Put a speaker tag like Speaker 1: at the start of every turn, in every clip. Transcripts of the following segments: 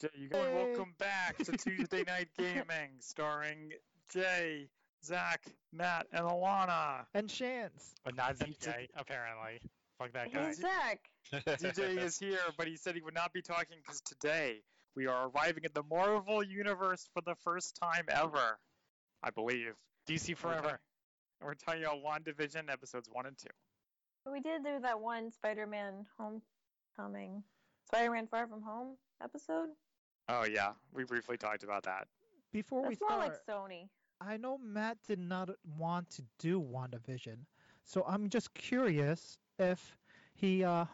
Speaker 1: There you go. and
Speaker 2: Hey.
Speaker 1: Welcome back to Tuesday Night Gaming, starring Jay, Zach, Matt, and Alana.
Speaker 2: And Shans.
Speaker 3: But not
Speaker 1: He's a-
Speaker 3: DJ, apparently. Fuck that guy.
Speaker 4: Who's Zach?
Speaker 1: DJ is here, but he said he would not be talking because today we are arriving at the Marvel Universe for the first time ever, I believe.
Speaker 3: DC
Speaker 1: We're
Speaker 3: forever.
Speaker 1: ta- And we're talking about WandaVision episodes one and two.
Speaker 4: We did do that one Spider-Man Homecoming, Spider-Man Far From Home episode.
Speaker 1: Oh yeah, we briefly talked about that.
Speaker 2: Before we
Speaker 4: That's more
Speaker 2: start,
Speaker 4: like Sony.
Speaker 2: I know Matt did not want to do WandaVision, so I'm just curious if he, uh,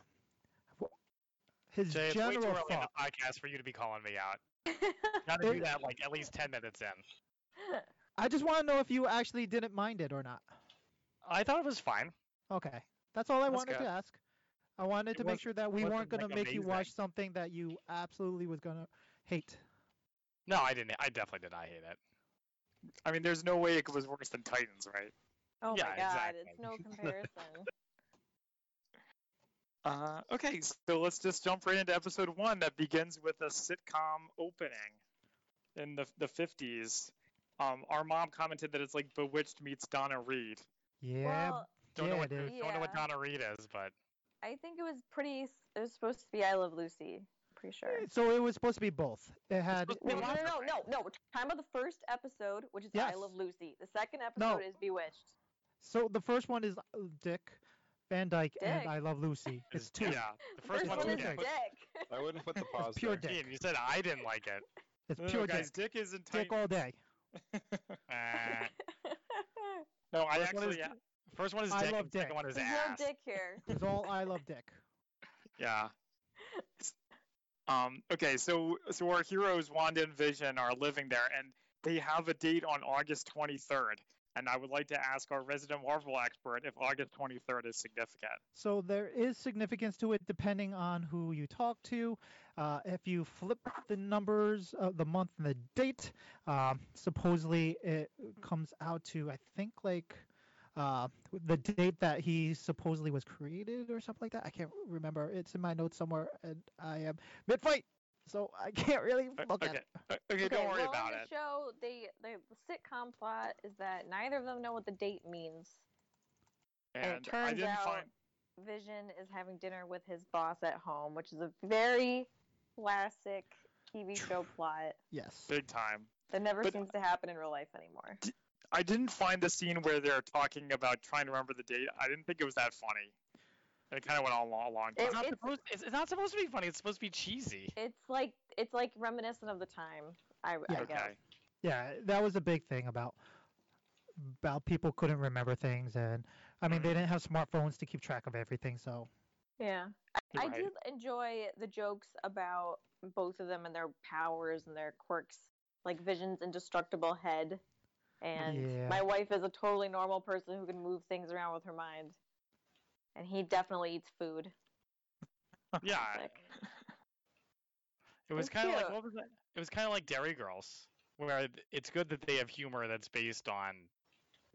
Speaker 2: w- his
Speaker 3: Jay, it's way too
Speaker 2: general
Speaker 3: early in the
Speaker 2: thought.
Speaker 3: podcast for you to be calling me out. Gotta do that like at least ten minutes in.
Speaker 2: I just want to know if you actually didn't mind it or not.
Speaker 3: I thought it was fine.
Speaker 2: Okay, that's all I
Speaker 1: That's
Speaker 2: wanted
Speaker 1: good.
Speaker 2: to ask. I wanted
Speaker 3: It
Speaker 2: to make
Speaker 3: wasn't-
Speaker 2: sure that we
Speaker 3: wasn't,
Speaker 2: weren't gonna
Speaker 3: like,
Speaker 2: make you watch
Speaker 3: amazing.
Speaker 2: something that you absolutely was gonna hate.
Speaker 3: No, I didn't. I definitely did not hate it.
Speaker 1: I mean, there's no way it was worse than Titans, right?
Speaker 4: oh
Speaker 3: Yeah,
Speaker 4: my god,
Speaker 3: exactly.
Speaker 4: it's no comparison.
Speaker 1: Uh, okay, so let's just jump right into episode one that begins with a sitcom opening in the the fifties. Um, our mom commented that it's like Bewitched meets Donna Reed.
Speaker 2: Yeah,
Speaker 4: Well,
Speaker 3: Don't know
Speaker 2: Yeah,
Speaker 3: what
Speaker 2: it is.
Speaker 3: don't know what
Speaker 4: Yeah.
Speaker 3: Donna Reed is, but
Speaker 4: I think it was pretty. It was supposed to be I Love Lucy. Pretty sure.
Speaker 2: so it was supposed to be both. It had
Speaker 1: supposed to be
Speaker 4: No, no,
Speaker 1: Bewitched,
Speaker 4: no, no,
Speaker 1: right?
Speaker 4: no, no. We're talking about the first episode, which is
Speaker 2: Yes.
Speaker 4: I Love Lucy. The second episode is Bewitched.
Speaker 2: So the first one is uh, Dick Van Dyke
Speaker 4: Dick.
Speaker 2: and I Love Lucy. It's two.
Speaker 3: Yeah, the
Speaker 4: The
Speaker 3: first,
Speaker 2: First
Speaker 3: one,
Speaker 2: one
Speaker 3: was
Speaker 4: is
Speaker 2: okay.
Speaker 3: Dick.
Speaker 4: Dick.
Speaker 5: I wouldn't put the pause
Speaker 2: pure
Speaker 5: there.
Speaker 2: dick.
Speaker 3: Ian, you said I didn't like it.
Speaker 2: It's
Speaker 1: No, no,
Speaker 2: pure
Speaker 1: guys,
Speaker 2: Dick.
Speaker 1: Dick, is in
Speaker 2: Dick
Speaker 1: Titans.
Speaker 2: all day.
Speaker 4: Ah.
Speaker 3: Uh,
Speaker 1: No, I
Speaker 3: First one
Speaker 1: actually,
Speaker 3: is- first one is
Speaker 2: I
Speaker 3: Dick.
Speaker 2: love
Speaker 3: and Second
Speaker 2: Dick.
Speaker 3: one is
Speaker 4: There's no
Speaker 3: ass.
Speaker 4: dick here.
Speaker 2: It's all I Love Dick.
Speaker 1: yeah. Um, okay, so so our heroes Wanda and Vision are living there, and they have a date on August twenty third. And I would like to ask our resident Marvel expert if August twenty third is significant.
Speaker 2: So there is significance to it depending on who you talk to. Uh, if you flip the numbers, uh, the month and the date, um, supposedly it comes out to I think like uh, the date that he supposedly was created or something like that. I can't remember. It's in my notes somewhere, and I am mid fight, so I can't really
Speaker 1: O-
Speaker 2: look at
Speaker 1: Okay,
Speaker 2: it.
Speaker 1: O- okay, don't worry
Speaker 4: well,
Speaker 1: about
Speaker 4: on
Speaker 1: it.
Speaker 4: the show, they, they, the sitcom plot is that neither of them know what the date means.
Speaker 1: and,
Speaker 4: And it turns
Speaker 1: I didn't
Speaker 4: out-
Speaker 1: find
Speaker 4: Vision is having dinner with his boss at home, which is a very classic TV show plot
Speaker 2: Yes.
Speaker 1: big time.
Speaker 4: that never
Speaker 1: But-
Speaker 4: seems to happen in real life anymore.
Speaker 1: I didn't find the scene where they're talking about trying to remember the date. I didn't think it was that funny. And it kind of went on a long, long
Speaker 3: It's
Speaker 1: time.
Speaker 3: not,
Speaker 4: It's-
Speaker 3: supposed, it's, it's not supposed to be funny. It's supposed to be cheesy.
Speaker 4: It's like it's like reminiscent of the time. I, I
Speaker 2: Yeah.
Speaker 4: guess.
Speaker 1: Okay.
Speaker 2: Yeah, that was a big thing about about people couldn't remember things, and I mean they
Speaker 5: Mm-hmm.
Speaker 2: didn't have smartphones to keep track of everything. So
Speaker 4: Yeah. I, I
Speaker 1: Right.
Speaker 4: did enjoy the jokes about both of them and their powers and their quirks, like Vision's indestructible head. And
Speaker 2: Yeah.
Speaker 4: my wife is a totally normal person who can move things around with her mind. And he definitely eats food.
Speaker 3: Yeah,
Speaker 4: Like,
Speaker 3: it was
Speaker 4: It's
Speaker 3: kind of like
Speaker 4: cute.
Speaker 3: what was that? It was kind of like Dairy Girls, where th- it's good that they have humor that's based on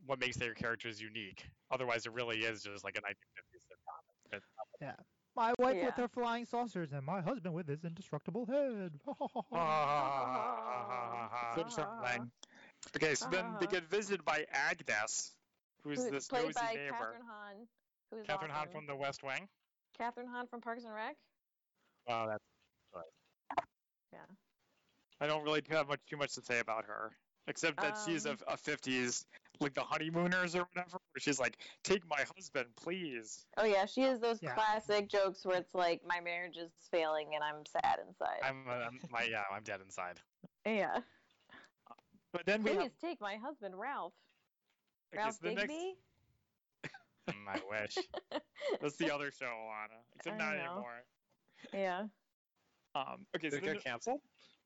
Speaker 3: what makes their characters unique. Otherwise, it really is just like a 1950s sitcom. It's not-
Speaker 2: my wife
Speaker 4: Yeah.
Speaker 2: with her flying saucers, and my husband with his indestructible head.
Speaker 4: Oh
Speaker 3: Ah,
Speaker 1: Flip something. Okay, so then they
Speaker 4: Uh-huh.
Speaker 1: get visited by Agnes, who's
Speaker 4: who's
Speaker 1: this
Speaker 4: played
Speaker 1: nosy
Speaker 4: by
Speaker 1: neighbor.
Speaker 4: Catherine Hahn. Who's
Speaker 3: Catherine Hahn
Speaker 4: awesome.
Speaker 3: from The West Wing.
Speaker 4: Catherine Hahn from Parks and Rec.
Speaker 3: Wow, that's
Speaker 1: I don't really have much too much to say about her, except that she's a,
Speaker 4: Um.
Speaker 1: a 50s, like the honeymooners or whatever, where she's like, take my husband, please.
Speaker 4: Oh yeah, she has those
Speaker 2: Yeah.
Speaker 4: classic jokes where it's like my marriage is failing and I'm sad inside.
Speaker 3: I'm, uh, I'm my yeah, I'm dead inside.
Speaker 4: yeah.
Speaker 1: But then we
Speaker 4: Please
Speaker 1: have,
Speaker 4: take my husband Ralph.
Speaker 1: I guess,
Speaker 4: Ralph
Speaker 1: the
Speaker 4: Bigby.
Speaker 1: next
Speaker 3: Mm, I wish.
Speaker 1: That's the other show, Alana. Except
Speaker 4: I
Speaker 1: not
Speaker 4: know.
Speaker 1: anymore.
Speaker 4: Yeah.
Speaker 1: Um, okay, so
Speaker 5: Did it get
Speaker 1: the,
Speaker 5: canceled?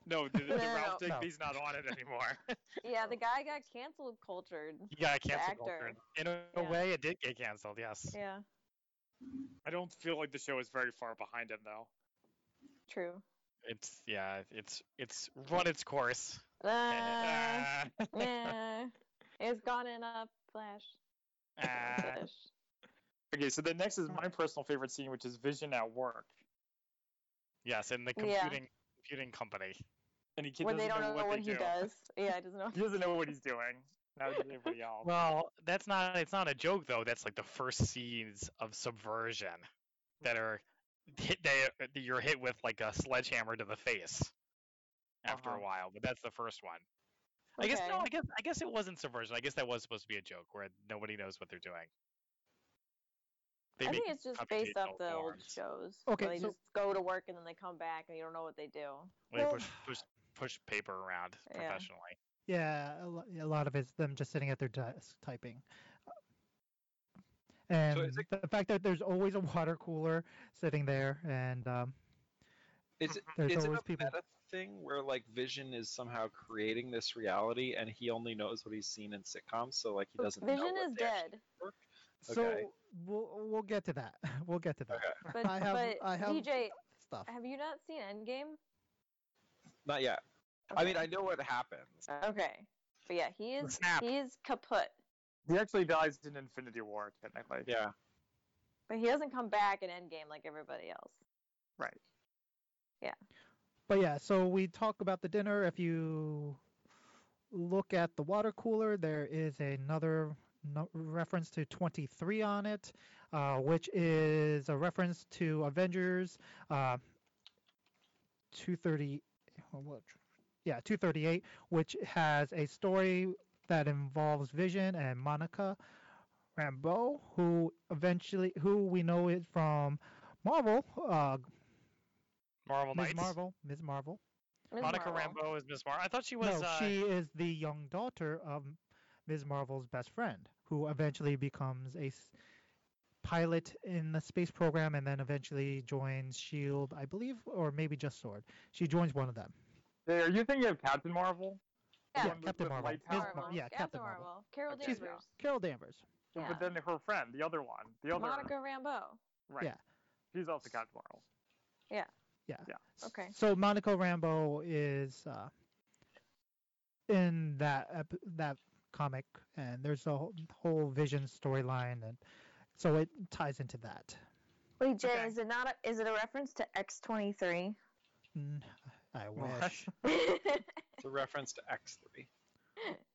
Speaker 1: no, the, the
Speaker 4: No, no,
Speaker 1: Ralph
Speaker 2: no.
Speaker 1: Digby's not on it anymore.
Speaker 4: Yeah, the guy got cancel cultured.
Speaker 3: You got canceled.
Speaker 4: actor.
Speaker 3: culture. In a, a
Speaker 4: Yeah.
Speaker 3: way, it did get canceled. Yes.
Speaker 4: Yeah,
Speaker 1: I don't feel like the show is very far behind him, though.
Speaker 4: true.
Speaker 3: It's yeah. It's it's run its course.
Speaker 4: Uh,
Speaker 3: Ah,
Speaker 4: nah. It's gone in a flash.
Speaker 3: ah.
Speaker 4: Flash.
Speaker 1: Okay, so the next is my personal favorite scene, which is Vision at work.
Speaker 3: Yes, and the
Speaker 4: Yeah.
Speaker 3: computing computing company.
Speaker 1: and he kid
Speaker 4: when
Speaker 1: doesn't
Speaker 4: they don't
Speaker 1: know, what,
Speaker 4: what
Speaker 1: they
Speaker 4: he
Speaker 1: do.
Speaker 4: does. Yeah, he doesn't know.
Speaker 1: He doesn't know what he's doing. Now he's everybody else.
Speaker 3: Well, that's not it's not a joke though. That's like the first scenes of subversion that are hit they that you're hit with like a sledgehammer to the face after a
Speaker 1: Uh-huh.
Speaker 3: while, but that's the first one. I guess no, I guess I guess it wasn't subversion. I guess that was supposed to be a joke where nobody knows what they're doing. They
Speaker 4: I
Speaker 3: make
Speaker 4: think it's just based off
Speaker 3: computational
Speaker 4: the old
Speaker 3: alarms.
Speaker 4: shows.
Speaker 2: Okay,
Speaker 4: where they
Speaker 2: so-
Speaker 4: just go to work and then they come back and you don't know what they do.
Speaker 3: where they
Speaker 2: Well-
Speaker 3: push push push paper around
Speaker 4: Yeah.
Speaker 3: professionally.
Speaker 2: Yeah, a lo- a lot of it's them just sitting at their desk typing. And
Speaker 5: is it-
Speaker 2: the fact that there's always a water cooler sitting there, and um,
Speaker 5: Is it,
Speaker 2: There's
Speaker 5: is it a
Speaker 2: always people-
Speaker 5: meta thing where like Vision is somehow creating this reality and he only knows what he's seen in sitcoms, so like he doesn't. know
Speaker 4: Vision
Speaker 5: what
Speaker 4: is
Speaker 5: they actually-
Speaker 4: dead,
Speaker 5: Okay.
Speaker 2: so we'll we'll get to that. We'll get to that.
Speaker 5: Okay.
Speaker 4: but
Speaker 2: I have-
Speaker 4: but
Speaker 2: I have
Speaker 4: DJ,
Speaker 2: Stuff.
Speaker 4: have you not seen Endgame?
Speaker 5: Not yet. I mean, I
Speaker 4: Okay.
Speaker 5: know what happens.
Speaker 4: Okay, but yeah, he is
Speaker 3: Snap.
Speaker 4: he is kaput,
Speaker 1: He actually dies in Infinity War, technically.
Speaker 5: Yeah.
Speaker 4: but he doesn't come back in Endgame like everybody else.
Speaker 1: Right.
Speaker 2: But yeah, so we talk about the dinner. If you look at the water cooler, there is another no- reference to 23 on it, uh, which is a reference to Avengers uh, 230. oh, What? Yeah, 238, which has a story that involves Vision and Monica Rambeau, who eventually, who we know is from Marvel, uh,
Speaker 3: Marvel
Speaker 2: Ms.
Speaker 3: Knights.
Speaker 2: Marvel, Ms. Marvel.
Speaker 4: Ms.
Speaker 3: Monica
Speaker 4: Marvel.
Speaker 3: Rambeau is Miss Marvel. I thought she was
Speaker 2: no,
Speaker 3: uh,
Speaker 2: she is the young daughter of Ms. Marvel's best friend, who eventually becomes a s- pilot in the space program and then eventually joins S.H.I.E.L.D., I believe, or maybe just S.W.O.R.D. She joins one of them.
Speaker 1: Hey, Are you thinking of Captain Marvel?
Speaker 4: Yeah,
Speaker 1: The one with
Speaker 2: Captain
Speaker 1: the
Speaker 2: Marvel.
Speaker 1: light
Speaker 2: Ms.
Speaker 1: tower?
Speaker 2: Mar- yeah, Captain Marvel.
Speaker 4: Carol
Speaker 1: She's-
Speaker 4: Danvers,
Speaker 2: Carol Danvers.
Speaker 1: No,
Speaker 4: Yeah.
Speaker 1: But then her friend, the other one, the other.
Speaker 4: Monica Rambeau.
Speaker 1: Right.
Speaker 2: yeah.
Speaker 1: She's also Captain Marvel.
Speaker 2: S-
Speaker 4: Okay.
Speaker 2: So Monica Rambo is uh, in that ep- that comic, and there's a whole, whole Vision storyline, and so it ties into that.
Speaker 4: Wait, Jay,
Speaker 1: Okay.
Speaker 4: is it not? A, is it a reference to X twenty three?
Speaker 2: Mm, I
Speaker 1: What?
Speaker 2: wish.
Speaker 5: It's a reference to X3.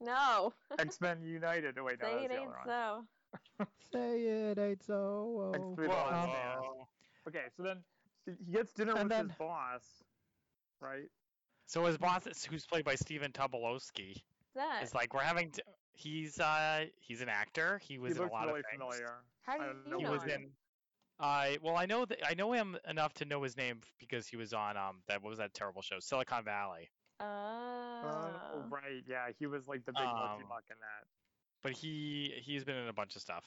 Speaker 4: No,
Speaker 1: X Men United. Oh, wait, no,
Speaker 4: say
Speaker 1: that was
Speaker 4: it
Speaker 1: the
Speaker 4: ain't
Speaker 1: other one.
Speaker 4: so.
Speaker 2: Say it ain't so.
Speaker 1: X
Speaker 2: oh.
Speaker 1: three
Speaker 3: Whoa,
Speaker 1: dollars.
Speaker 2: Um,
Speaker 3: whoa.
Speaker 1: Okay, so then he gets dinner
Speaker 2: And
Speaker 1: with
Speaker 2: then-
Speaker 1: his boss, right?
Speaker 3: So his boss, is- who's played by Stephen Tobolowsky,
Speaker 4: That.
Speaker 3: is like, we're having. T- he's uh, he's an actor. He was
Speaker 1: he
Speaker 3: in a
Speaker 1: looks
Speaker 3: lot
Speaker 1: really
Speaker 3: of things.
Speaker 1: familiar.
Speaker 4: How do
Speaker 1: I
Speaker 4: you
Speaker 1: don't know
Speaker 4: know?
Speaker 3: He was
Speaker 1: him.
Speaker 3: in. I well, I know that I know him enough to know his name f- because he was on um that what was that terrible show Silicon Valley.
Speaker 1: Oh,
Speaker 4: Oh.
Speaker 1: right, yeah, he was like the big monkey
Speaker 3: Um,
Speaker 1: buck in that.
Speaker 3: But he he's been in a bunch of stuff.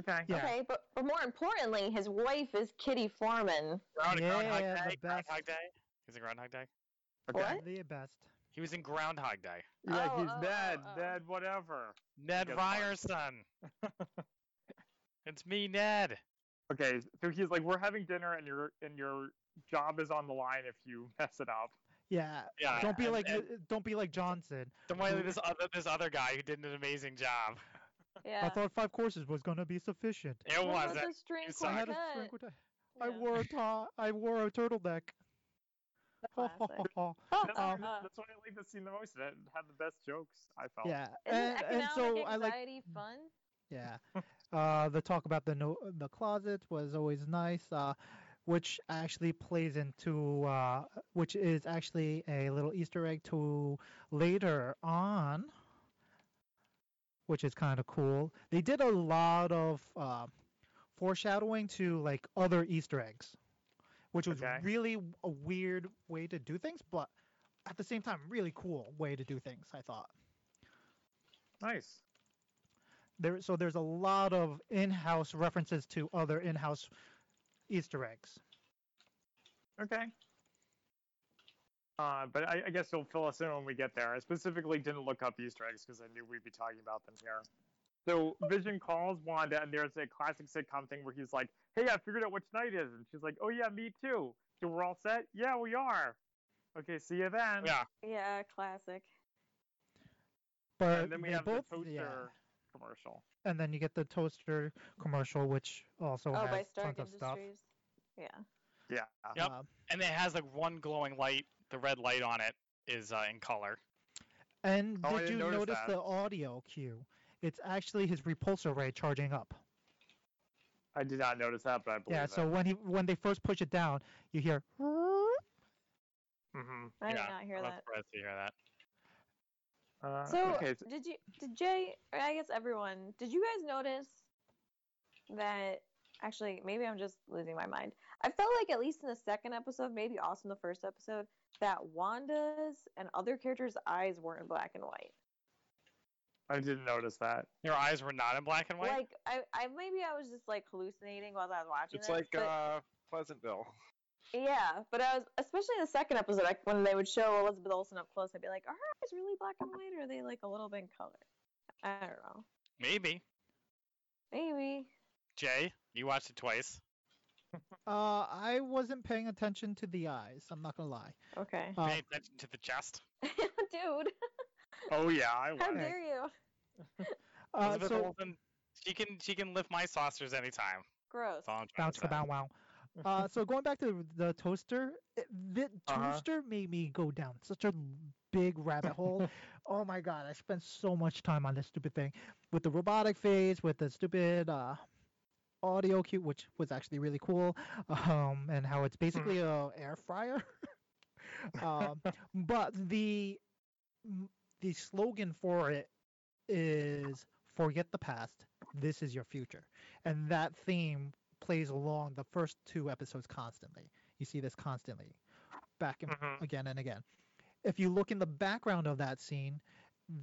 Speaker 1: Okay.
Speaker 2: Yeah.
Speaker 4: Okay, but, but more importantly, his wife is Kitty Foreman.
Speaker 3: Ground, Groundhog
Speaker 2: Yeah, the
Speaker 3: Day. Groundhog
Speaker 2: best.
Speaker 3: Day. He's in Groundhog Day.
Speaker 1: Okay.
Speaker 4: What?
Speaker 2: The best.
Speaker 3: He was in Groundhog Day.
Speaker 1: Yeah,
Speaker 4: Oh,
Speaker 1: he's
Speaker 4: oh, oh,
Speaker 1: dead,
Speaker 4: oh.
Speaker 1: dead, whatever.
Speaker 3: Ned
Speaker 1: got a point.
Speaker 3: Ryerson. it's me, Ned.
Speaker 1: Okay, so he's like, we're having dinner, and your and your job is on the line if you mess it up.
Speaker 2: Yeah.
Speaker 3: Yeah.
Speaker 2: Don't be
Speaker 3: and-
Speaker 2: like
Speaker 3: and
Speaker 2: uh, don't be like Johnson.
Speaker 3: the way
Speaker 2: who-
Speaker 3: this other this other guy who did an amazing job.
Speaker 4: Yeah.
Speaker 2: I thought five courses was gonna be sufficient.
Speaker 3: It
Speaker 4: What
Speaker 3: wasn't.
Speaker 4: about the string
Speaker 3: It's
Speaker 2: I
Speaker 3: not-
Speaker 2: had a
Speaker 4: quartet?
Speaker 2: strangle tie- I
Speaker 4: Yeah.
Speaker 2: wore a ta- I wore a turtleneck. Ha, ha,
Speaker 4: Classic.
Speaker 2: ha, ha.
Speaker 1: That's,
Speaker 2: Uh,
Speaker 1: why that's why I like the scene the most. It had the best jokes. I felt.
Speaker 2: yeah.
Speaker 4: Isn't
Speaker 2: And,
Speaker 4: economic
Speaker 2: and so
Speaker 4: anxiety
Speaker 2: I like
Speaker 4: fun?
Speaker 2: yeah. Uh, the talk about the no the closet was always nice. Uh, which actually plays into uh, which is actually a little Easter egg to later on, which is kind of cool. They did a lot of uh, foreshadowing to like other Easter eggs, which was
Speaker 1: Okay.
Speaker 2: really w- a weird way to do things, but at the same time, really cool way to do things. I thought
Speaker 1: Nice.
Speaker 2: there so there's a lot of in-house references to other in-house Easter eggs.
Speaker 1: Okay. Uh, but I, I guess you'll fill us in when we get there. I specifically didn't look up Easter eggs because I knew we'd be talking about them here. So Vision calls Wanda, and there's a classic sitcom thing where he's like, "Hey, I figured out what tonight is," and she's like, "Oh yeah, me too." So we're all set. Yeah, we are. Okay, see you then.
Speaker 3: Yeah.
Speaker 4: Yeah, classic.
Speaker 2: But
Speaker 1: And then we
Speaker 2: Uh, they
Speaker 1: have
Speaker 2: both,
Speaker 1: the toaster
Speaker 2: yeah.
Speaker 1: commercial.
Speaker 2: and then you get the toaster commercial, which also
Speaker 4: Oh,
Speaker 2: has
Speaker 4: by Stark
Speaker 2: tons of stuff.
Speaker 4: Industries. Yeah.
Speaker 1: Yeah.
Speaker 3: Yep.
Speaker 2: Uh,
Speaker 3: and it has like one glowing light. The red light on it is uh, in color.
Speaker 2: and
Speaker 1: Oh, I
Speaker 2: did
Speaker 1: didn't
Speaker 2: you
Speaker 1: notice
Speaker 2: notice
Speaker 1: that.
Speaker 2: the audio cue? It's actually his repulsor ray charging up.
Speaker 1: I did not notice that, but I believe
Speaker 2: yeah.
Speaker 1: it.
Speaker 2: So when he when they first push it down, you hear.
Speaker 1: Mhm.
Speaker 4: I did
Speaker 3: Yeah,
Speaker 4: not hear
Speaker 3: I'm not
Speaker 4: that.
Speaker 3: surprised to hear that.
Speaker 1: Uh,
Speaker 4: So,
Speaker 1: okay.
Speaker 4: Did you, did Jay, or I guess everyone, did you guys notice that? Actually, maybe I'm just losing my mind. I felt like at least in the second episode, maybe also in the first episode, that Wanda's and other characters' eyes weren't black and white.
Speaker 1: I didn't notice that.
Speaker 3: Their eyes were not in black and white.
Speaker 4: Like, I, I maybe I was just like hallucinating while I was watching.
Speaker 5: It's
Speaker 4: this,
Speaker 5: like
Speaker 4: but-
Speaker 5: uh, Pleasantville.
Speaker 4: yeah, but I was especially in the second episode like, when they would show Elizabeth Olsen up close. I'd be like, are her eyes really black and white, or are they like a little bit in color? I don't know.
Speaker 3: Maybe
Speaker 4: Maybe.
Speaker 3: Jay, you watched it twice.
Speaker 2: Uh, I wasn't paying attention to the eyes. I'm not gonna lie.
Speaker 4: Okay.
Speaker 2: Uh,
Speaker 3: Pay attention to the chest.
Speaker 4: Dude.
Speaker 1: Oh yeah, I
Speaker 4: How
Speaker 1: was.
Speaker 4: dare you?
Speaker 2: uh,
Speaker 3: Elizabeth
Speaker 2: so
Speaker 3: Olsen, she can she can lift my saucers anytime.
Speaker 4: Gross.
Speaker 3: That's all I'm trying
Speaker 2: bounce
Speaker 3: to
Speaker 2: ka
Speaker 3: say.
Speaker 2: bow wow. Uh, so going back to the toaster, it- the
Speaker 1: Uh-huh.
Speaker 2: toaster made me go down such a big rabbit hole. oh my god, I spent so much time on this stupid thing with the robotic phase, with the stupid uh, audio cue, which was actually really cool, um, and how it's basically a air fryer. um, but the m- the slogan for it is "Forget the past. This is your future," and that theme plays along the first two episodes constantly. You see this constantly, back and
Speaker 1: Mhm.
Speaker 2: again and again. If you look in the background of that scene,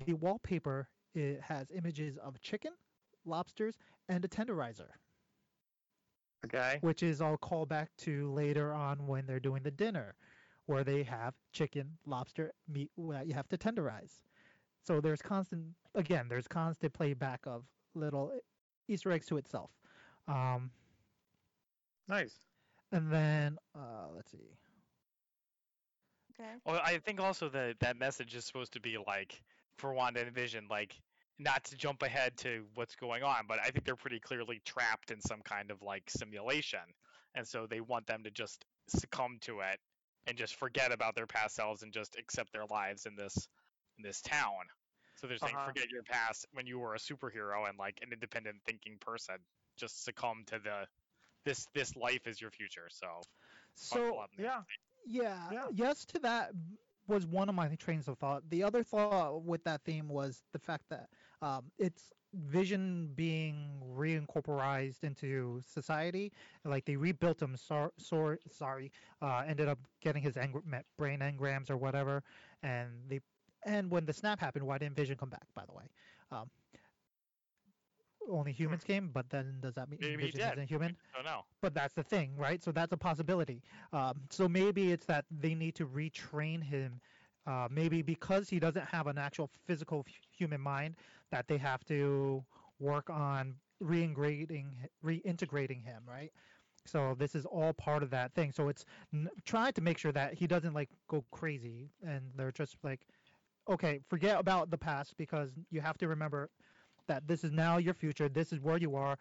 Speaker 2: the wallpaper it has images of chicken, lobsters, and a tenderizer,
Speaker 1: Okay.
Speaker 2: which is all called back to later on when they're doing the dinner, where they have chicken, lobster, meat that you have to tenderize. So there's constant, again, there's constant playback of little Easter eggs to itself. Um,
Speaker 1: Nice.
Speaker 2: and then uh, let's see.
Speaker 4: Okay.
Speaker 3: Well, I think also that that message is supposed to be like for Wanda and Vision, like not to jump ahead to what's going on, but I think they're pretty clearly trapped in some kind of like simulation, and so they want them to just succumb to it and just forget about their past selves and just accept their lives in this in this town. So they're saying,
Speaker 1: Uh-huh.
Speaker 3: forget your past when you were a superhero and like an independent thinking person. Just succumb to the this this life is your future. So buckle
Speaker 2: So
Speaker 3: up, man.
Speaker 1: Yeah.
Speaker 2: yeah,
Speaker 1: Yeah.
Speaker 2: yes to that b- was one of my trains of thought. The other thought with that theme was the fact that um, it's Vision being reincorporized into society. Like they rebuilt him. Sor- sor- sorry, uh, ended up getting his engra- ma- brain engrams or whatever, and they. And when the snap happened, why didn't Vision come back? By the way, um, only humans came. But then, does that mean
Speaker 3: Maybe he
Speaker 2: Vision
Speaker 3: did.
Speaker 2: isn't human?
Speaker 3: don't know.
Speaker 2: but that's the thing, right? So that's a possibility. Um, so maybe it's that they need to retrain him. Uh, maybe because he doesn't have an actual physical hu- human mind, that they have to work on reintegrating reintegrating him, right? So this is all part of that thing. So it's n- trying to make sure that he doesn't like go crazy, and they're just like, okay, forget about the past because you have to remember that this is now your future. This is where you are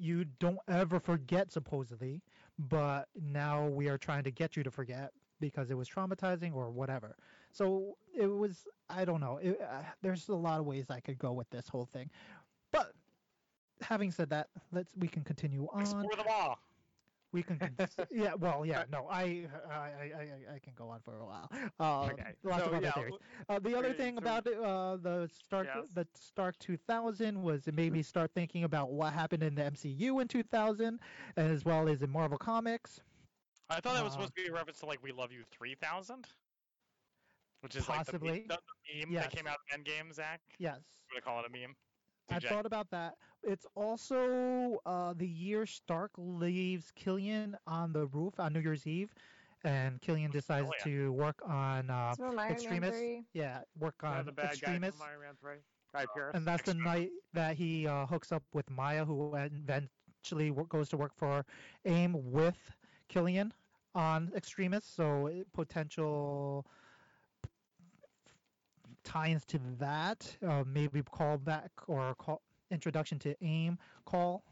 Speaker 2: you don't ever forget supposedly but now we are trying to get you to forget because it was traumatizing or whatever so it was i don't know it, uh, there's a lot of ways i could go with this whole thing but having said that let's we can continue on
Speaker 3: Explore them all.
Speaker 2: we can con- yeah well
Speaker 1: Uh,
Speaker 2: yeah no i i i, I- I can go on for a while uh,
Speaker 1: okay.
Speaker 2: lots
Speaker 1: so
Speaker 2: of other
Speaker 1: yeah,
Speaker 2: theories
Speaker 1: w-
Speaker 2: uh, the other
Speaker 1: Okay,
Speaker 2: thing
Speaker 1: so-
Speaker 2: about it, uh, the Stark
Speaker 1: Yes.
Speaker 2: the Stark 2000 was it made
Speaker 1: Mm-hmm.
Speaker 2: me start thinking about what happened in the MCU in 2000, as well as in Marvel Comics.
Speaker 3: I thought that was
Speaker 2: Uh,
Speaker 3: supposed to be a reference to like "We Love You 3000," which is
Speaker 2: Possibly.
Speaker 3: like the meme, the meme that came
Speaker 2: Yes.
Speaker 3: out of Endgame. Zach, you
Speaker 2: Yes,
Speaker 3: want to call it a meme?
Speaker 2: I
Speaker 3: TJ.
Speaker 2: thought about that. It's also uh, the year Stark leaves Killian on the roof on New Year's Eve, and
Speaker 1: Mm,
Speaker 2: Killian decides
Speaker 3: yeah.
Speaker 2: to work on uh,
Speaker 4: It's from Iron Man
Speaker 2: extremists?
Speaker 4: 3.
Speaker 2: yeah work
Speaker 1: yeah,
Speaker 2: on
Speaker 1: the bad guy
Speaker 2: Uh, extremists.
Speaker 1: from Iron Man 3. Guy Pearce.
Speaker 2: And that's the
Speaker 3: Extra.
Speaker 2: night that he uh, hooks up with Maya, who eventually wo- goes to work for AIM with Killian on extremists. So it- potential tie-ins to that, uh, maybe call back or call introduction to AIM call.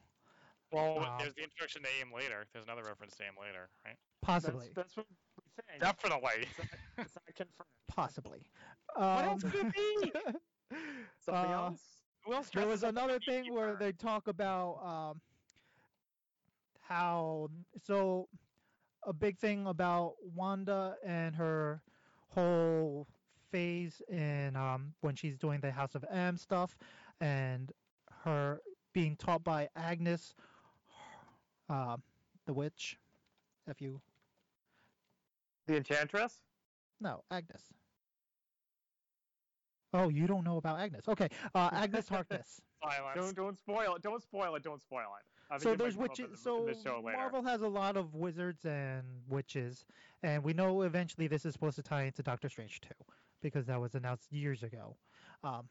Speaker 3: Well,
Speaker 2: Um,
Speaker 3: there's the introduction to AIM later. There's another reference to AIM later, right?
Speaker 2: Possibly.
Speaker 1: That's, that's what we think.
Speaker 3: Definitely.
Speaker 1: It's not- it's not confirmed.
Speaker 2: Possibly.
Speaker 1: What else
Speaker 2: Um,
Speaker 1: could it be? Something
Speaker 2: uh,
Speaker 1: else?
Speaker 3: Who else
Speaker 2: There was
Speaker 3: dresses up as a
Speaker 2: another thing where
Speaker 3: beekeeper?
Speaker 2: they talk about um, how so a big thing about Wanda and her whole phase in um, when she's doing the House of M stuff and her being taught by Agnes, uh, the witch. If you
Speaker 1: The Enchantress?
Speaker 2: no, Agnes. Oh, you don't know about Agnes. Okay, uh, Agnes Harkness.
Speaker 3: Silence.
Speaker 1: Don't don't spoil it. Don't spoil it. Don't spoil it. I think
Speaker 2: so
Speaker 1: it might
Speaker 2: there's
Speaker 1: come up in
Speaker 2: witches.
Speaker 1: the- in
Speaker 2: so
Speaker 1: the show later.
Speaker 2: Marvel has a lot of wizards and witches, and we know eventually this is supposed to tie into Doctor Strange too, because that was announced years ago. Um,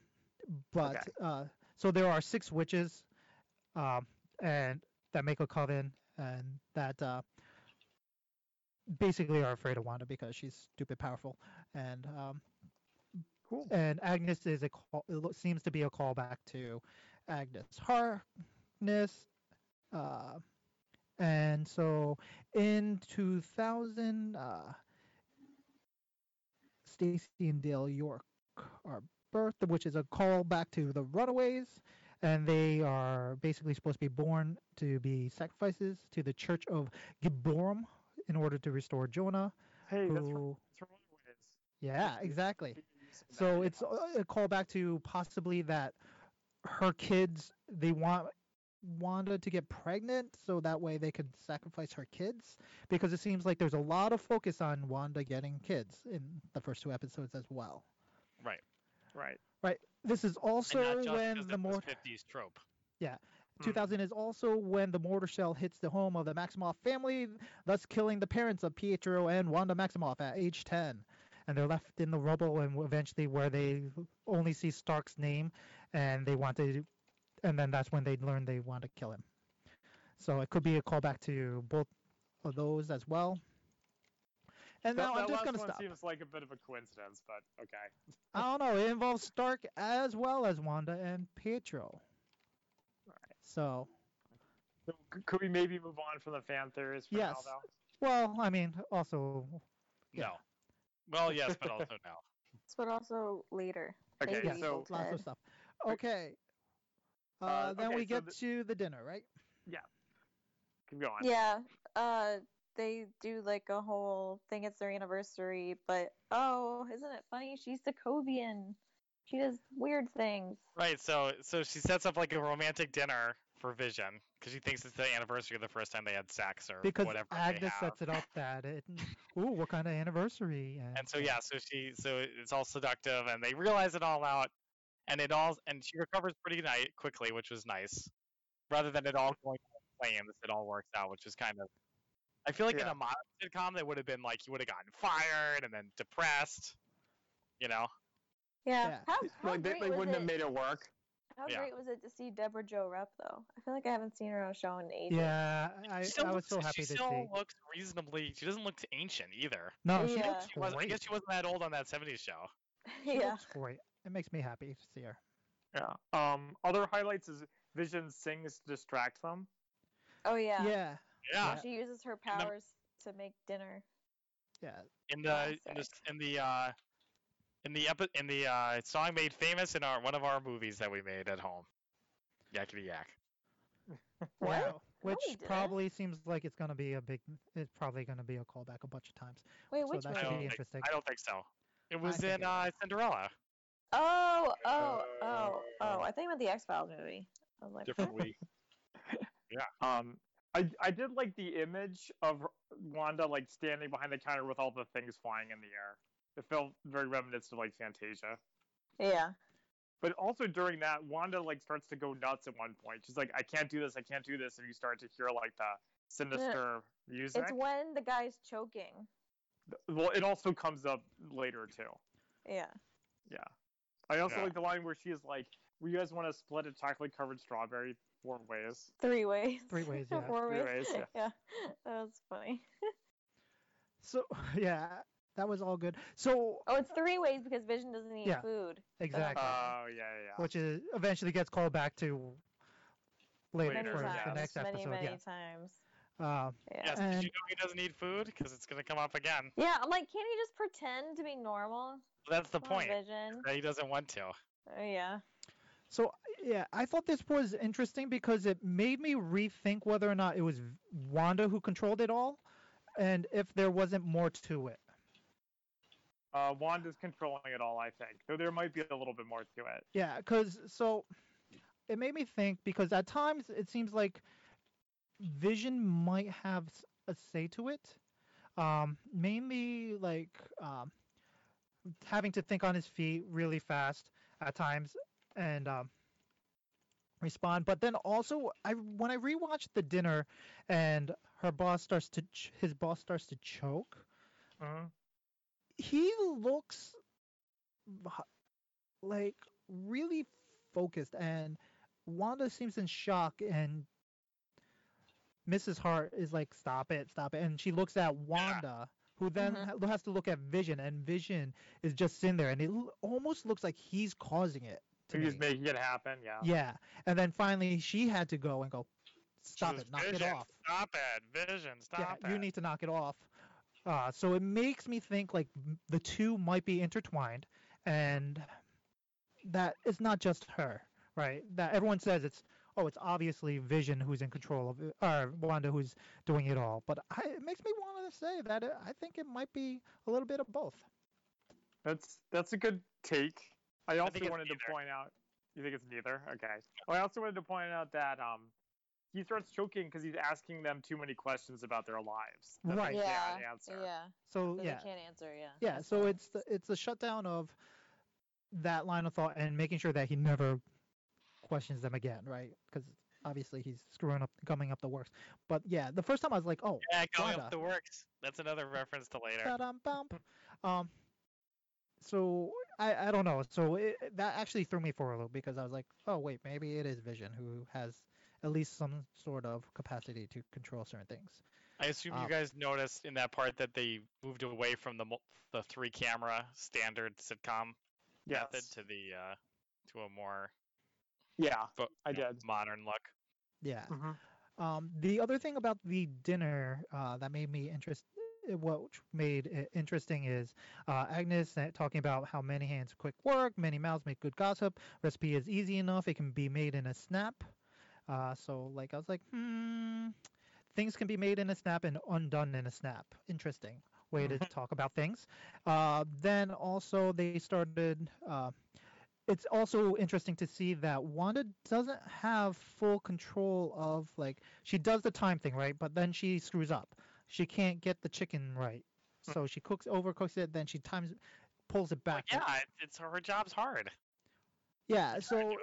Speaker 2: but
Speaker 1: Okay.
Speaker 2: uh, so there are six witches, um, and that make a coven, and that uh, basically are afraid of Wanda because she's stupid powerful, and um,
Speaker 1: Cool.
Speaker 2: and Agnes is a call, it lo- seems to be a callback to Agnes Harkness. Uh, and so in 2000, uh, Stacy and Dale York are birthed, which is a callback to the Runaways. And they are basically supposed to be born to be sacrifices to the Church of Gibborum in order to restore Jonah.
Speaker 1: Hey, that's from,
Speaker 2: who,
Speaker 1: that's from Runaways.
Speaker 2: yeah,
Speaker 1: That's-
Speaker 2: exactly.
Speaker 1: She used that
Speaker 2: So
Speaker 1: in
Speaker 2: it's uh,
Speaker 1: House.
Speaker 2: a call back to possibly that her kids they want Wanda to get pregnant so that way they could sacrifice her kids because it seems like there's a lot of focus on Wanda getting kids in the first two episodes as well.
Speaker 1: right.
Speaker 2: This is
Speaker 3: And not
Speaker 2: also
Speaker 3: just
Speaker 2: when
Speaker 3: 'cause
Speaker 2: the
Speaker 3: it was
Speaker 2: more
Speaker 3: 50s trope.
Speaker 1: Hmm.
Speaker 2: 2000 is also when the mortar shell hits the home of the Maximoff family, thus killing the parents of Pietro and Wanda Maximoff at age 10. And they're left in the rubble and eventually where they only see Stark's name and they want to, and then that's when they learn they want to kill him. So it could be a callback to both of those as well. And
Speaker 1: That-
Speaker 2: now
Speaker 1: that
Speaker 2: I'm just
Speaker 1: last
Speaker 2: going to
Speaker 1: one
Speaker 2: stop.
Speaker 1: seems like a bit of a coincidence, but okay.
Speaker 2: I don't know. It involves Stark as well as Wanda and Pietro. So,
Speaker 1: So c- could we maybe move on from the fan theories for
Speaker 2: Yes.
Speaker 1: now, though?
Speaker 2: well, I mean, also Yeah.
Speaker 3: No. Well, yes, but also no.
Speaker 4: But also later.
Speaker 1: Okay,
Speaker 4: Maybe
Speaker 1: so
Speaker 4: we'll
Speaker 2: lots
Speaker 4: Ted.
Speaker 2: of stuff.
Speaker 1: Okay.
Speaker 2: Okay. Uh,
Speaker 1: Uh,
Speaker 2: then
Speaker 1: okay,
Speaker 2: we
Speaker 1: so
Speaker 2: get
Speaker 1: the-
Speaker 2: to the dinner, right?
Speaker 1: keep going.
Speaker 4: Yeah. Uh, they do like a whole thing. It's their anniversary, but oh, isn't it funny? She's Sokovian. She does weird things.
Speaker 3: Right. So, so she sets up like a romantic dinner for Vision because she thinks it's the anniversary of the first time they had sex or
Speaker 2: Because
Speaker 3: whatever. they
Speaker 2: Agnes
Speaker 3: have.
Speaker 2: sets it up that it. Ooh, what kind of anniversary?
Speaker 3: And so yeah, so she so it's all seductive and they realize it all out and it all and she recovers pretty night quickly, which was nice. Rather than it all going to flames, it all works out, which is kind of I feel like in
Speaker 1: Yeah.
Speaker 3: a modern sitcom that would have been like you would have gotten fired and then depressed. You know?
Speaker 4: Yeah.
Speaker 2: Yeah.
Speaker 4: How, how
Speaker 1: Like, they,
Speaker 4: great
Speaker 1: they
Speaker 4: was
Speaker 1: wouldn't
Speaker 4: it?
Speaker 1: have made it work.
Speaker 4: How
Speaker 3: Yeah.
Speaker 4: great was it to see Deborah Joe Rupp though? I feel like I haven't seen her on a show in ages.
Speaker 2: Yeah, I,
Speaker 3: She still
Speaker 2: I was
Speaker 3: looks-
Speaker 2: so happy
Speaker 3: she
Speaker 2: to
Speaker 3: still
Speaker 2: see.
Speaker 3: looks reasonably she doesn't look ancient either.
Speaker 2: No, she
Speaker 4: Yeah.
Speaker 2: looks
Speaker 3: She was, I
Speaker 2: great.
Speaker 3: guess she wasn't that old on that seventies show.
Speaker 2: She
Speaker 4: yeah.
Speaker 2: looks great. It makes me happy to see her.
Speaker 1: Yeah. Um. Other highlights is Vision sings to distract them.
Speaker 4: Oh yeah.
Speaker 2: Yeah, yeah.
Speaker 3: Yeah.
Speaker 4: She uses her
Speaker 3: And the-
Speaker 4: powers to make dinner.
Speaker 3: in the in the,
Speaker 4: Classic.
Speaker 3: s- in the uh in the epi- in the uh song made famous in our one of our movies that we made at home. Yakety yak.
Speaker 2: Wow. Which
Speaker 4: we didn't.
Speaker 2: probably seems like it's gonna be a big. It's probably gonna be a callback a bunch of times.
Speaker 4: Wait,
Speaker 2: So
Speaker 4: which
Speaker 2: that
Speaker 4: one?
Speaker 3: I
Speaker 2: should
Speaker 3: don't
Speaker 2: be
Speaker 3: think-
Speaker 2: interesting.
Speaker 3: I don't think so. It was
Speaker 2: think
Speaker 3: in
Speaker 2: it
Speaker 3: uh, Cinderella.
Speaker 4: Oh, oh, oh, oh! I think about the X Files movie. I was like,
Speaker 5: Different
Speaker 4: what?
Speaker 5: week.
Speaker 1: Um. I, I did like the image of Wanda like standing behind the counter with all the things flying in the air. It felt very reminiscent of like Fantasia.
Speaker 4: Yeah.
Speaker 1: But also during that, Wanda like starts to go nuts at one point. She's like, "I can't do this! I can't do this!" And you start to hear like the sinister music.
Speaker 4: It's when the guy's choking.
Speaker 1: Well, it also comes up later too.
Speaker 4: Yeah.
Speaker 1: Yeah. I also
Speaker 3: Yeah.
Speaker 1: like the line where she is like, "Well, you guys want to split a chocolate-covered strawberry four ways?"
Speaker 4: Three ways.
Speaker 2: Three ways, yeah.
Speaker 4: Four
Speaker 1: Three
Speaker 4: ways.
Speaker 1: ways,
Speaker 4: yeah. That was funny.
Speaker 2: So yeah, that was all good. So
Speaker 4: Oh, it's three ways because Vision doesn't eat
Speaker 2: Yeah.
Speaker 4: food.
Speaker 2: exactly.
Speaker 1: Oh yeah, yeah.
Speaker 2: which is eventually gets called back to later,
Speaker 4: many
Speaker 3: Later,
Speaker 2: for
Speaker 4: times,
Speaker 3: yeah.
Speaker 2: the next
Speaker 4: many
Speaker 2: episode.
Speaker 4: many times.
Speaker 2: yeah. Uh,
Speaker 4: Yeah.
Speaker 3: Yes, did you
Speaker 2: And-
Speaker 3: know he doesn't need food? Because it's going to come up again.
Speaker 4: Yeah, I'm like, can't he just pretend to be normal?
Speaker 3: That's the
Speaker 4: Come on,
Speaker 3: point.
Speaker 4: Vision.
Speaker 3: That he doesn't want to.
Speaker 4: Oh, yeah.
Speaker 2: so yeah, I thought this was interesting because it made me rethink whether or not it was Wanda who controlled it all, and if there wasn't more to it.
Speaker 1: Uh, Wanda's controlling it all, I think. Though there might be a little bit more to it.
Speaker 2: Yeah, because so it made me think because at times it seems like Vision might have s- a say to it, um, mainly like um, having to think on his feet really fast at times and um, respond. But then also, I when I rewatched the dinner and her boss starts to ch- his boss starts to choke, he looks h- like really focused and Wanda seems in shock and Mrs. Hart is like stop it stop it and she looks at Wanda who then
Speaker 4: Mhm.
Speaker 2: ha- has to look at Vision and Vision is just sitting there and it l- almost looks like he's causing it to
Speaker 1: He's
Speaker 2: me.
Speaker 1: making it happen, yeah.
Speaker 2: yeah and then finally she had to go and go stop
Speaker 3: She was,
Speaker 2: it knock it
Speaker 3: "Vision,
Speaker 2: off
Speaker 3: Stop it. Vision, stop
Speaker 2: yeah, you
Speaker 3: it."
Speaker 2: need to knock it off. Uh, so it makes me think like m- the two might be intertwined, and that it's not just her, right? That everyone says it's oh, it's obviously Vision who's in control of it, or Wanda who's doing it all. But I, it makes me want to say that it, I think it might be a little bit of both.
Speaker 1: That's that's a good take. I also
Speaker 3: think it's
Speaker 1: wanted to
Speaker 3: neither.
Speaker 1: point out. You think it's neither? Okay. Well, I also wanted to point out that um, he starts choking because he's asking them too many questions about their lives. that they
Speaker 2: Right.
Speaker 4: Yeah.
Speaker 1: can't answer.
Speaker 4: Yeah.
Speaker 2: So
Speaker 4: That
Speaker 2: yeah,
Speaker 4: They can't answer. Yeah.
Speaker 2: yeah.
Speaker 4: that's
Speaker 2: So
Speaker 4: fine.
Speaker 2: it's the, it's the shutdown of that line of thought and making sure that he never questions them again, right? Because obviously he's screwing up, gumming up the works. But yeah, the first time I was like, oh,
Speaker 3: Yeah, going
Speaker 2: Wanda.
Speaker 3: up the works. That's another reference to later.
Speaker 2: Ba-dum, bump. Um, so I, I don't know. So it, it- that actually threw me for a loop because I was like, oh wait, maybe it is Vision who has at least some sort of capacity to control certain things.
Speaker 3: I assume
Speaker 2: Um,
Speaker 3: you guys noticed in that part that they moved away from the mul- the three camera standard sitcom
Speaker 1: Yes.
Speaker 3: method to the uh, to a more
Speaker 1: Yeah.
Speaker 3: fo-
Speaker 1: I
Speaker 3: you know,
Speaker 1: did.
Speaker 3: modern look.
Speaker 2: Yeah.
Speaker 1: Mhm.
Speaker 2: Um, the other thing about the dinner uh, that made me interest, uh, what made it interesting is uh, Agnes sa- talking about how many hands quick work, many mouths make good gossip. Recipe is easy enough; it can be made in a snap. Uh, so, like, I was like, hmm, things can be made in a snap and undone in a snap. Interesting way to talk about things. Uh, then also they started. Uh, it's also interesting to see that Wanda doesn't have full control of like she does the time thing right, but then she screws up. She can't get the chicken right, so she cooks overcooks it. Then she times pulls it
Speaker 3: Well,
Speaker 2: back.
Speaker 3: yeah, it- it's her job's hard.
Speaker 2: Yeah, so
Speaker 3: do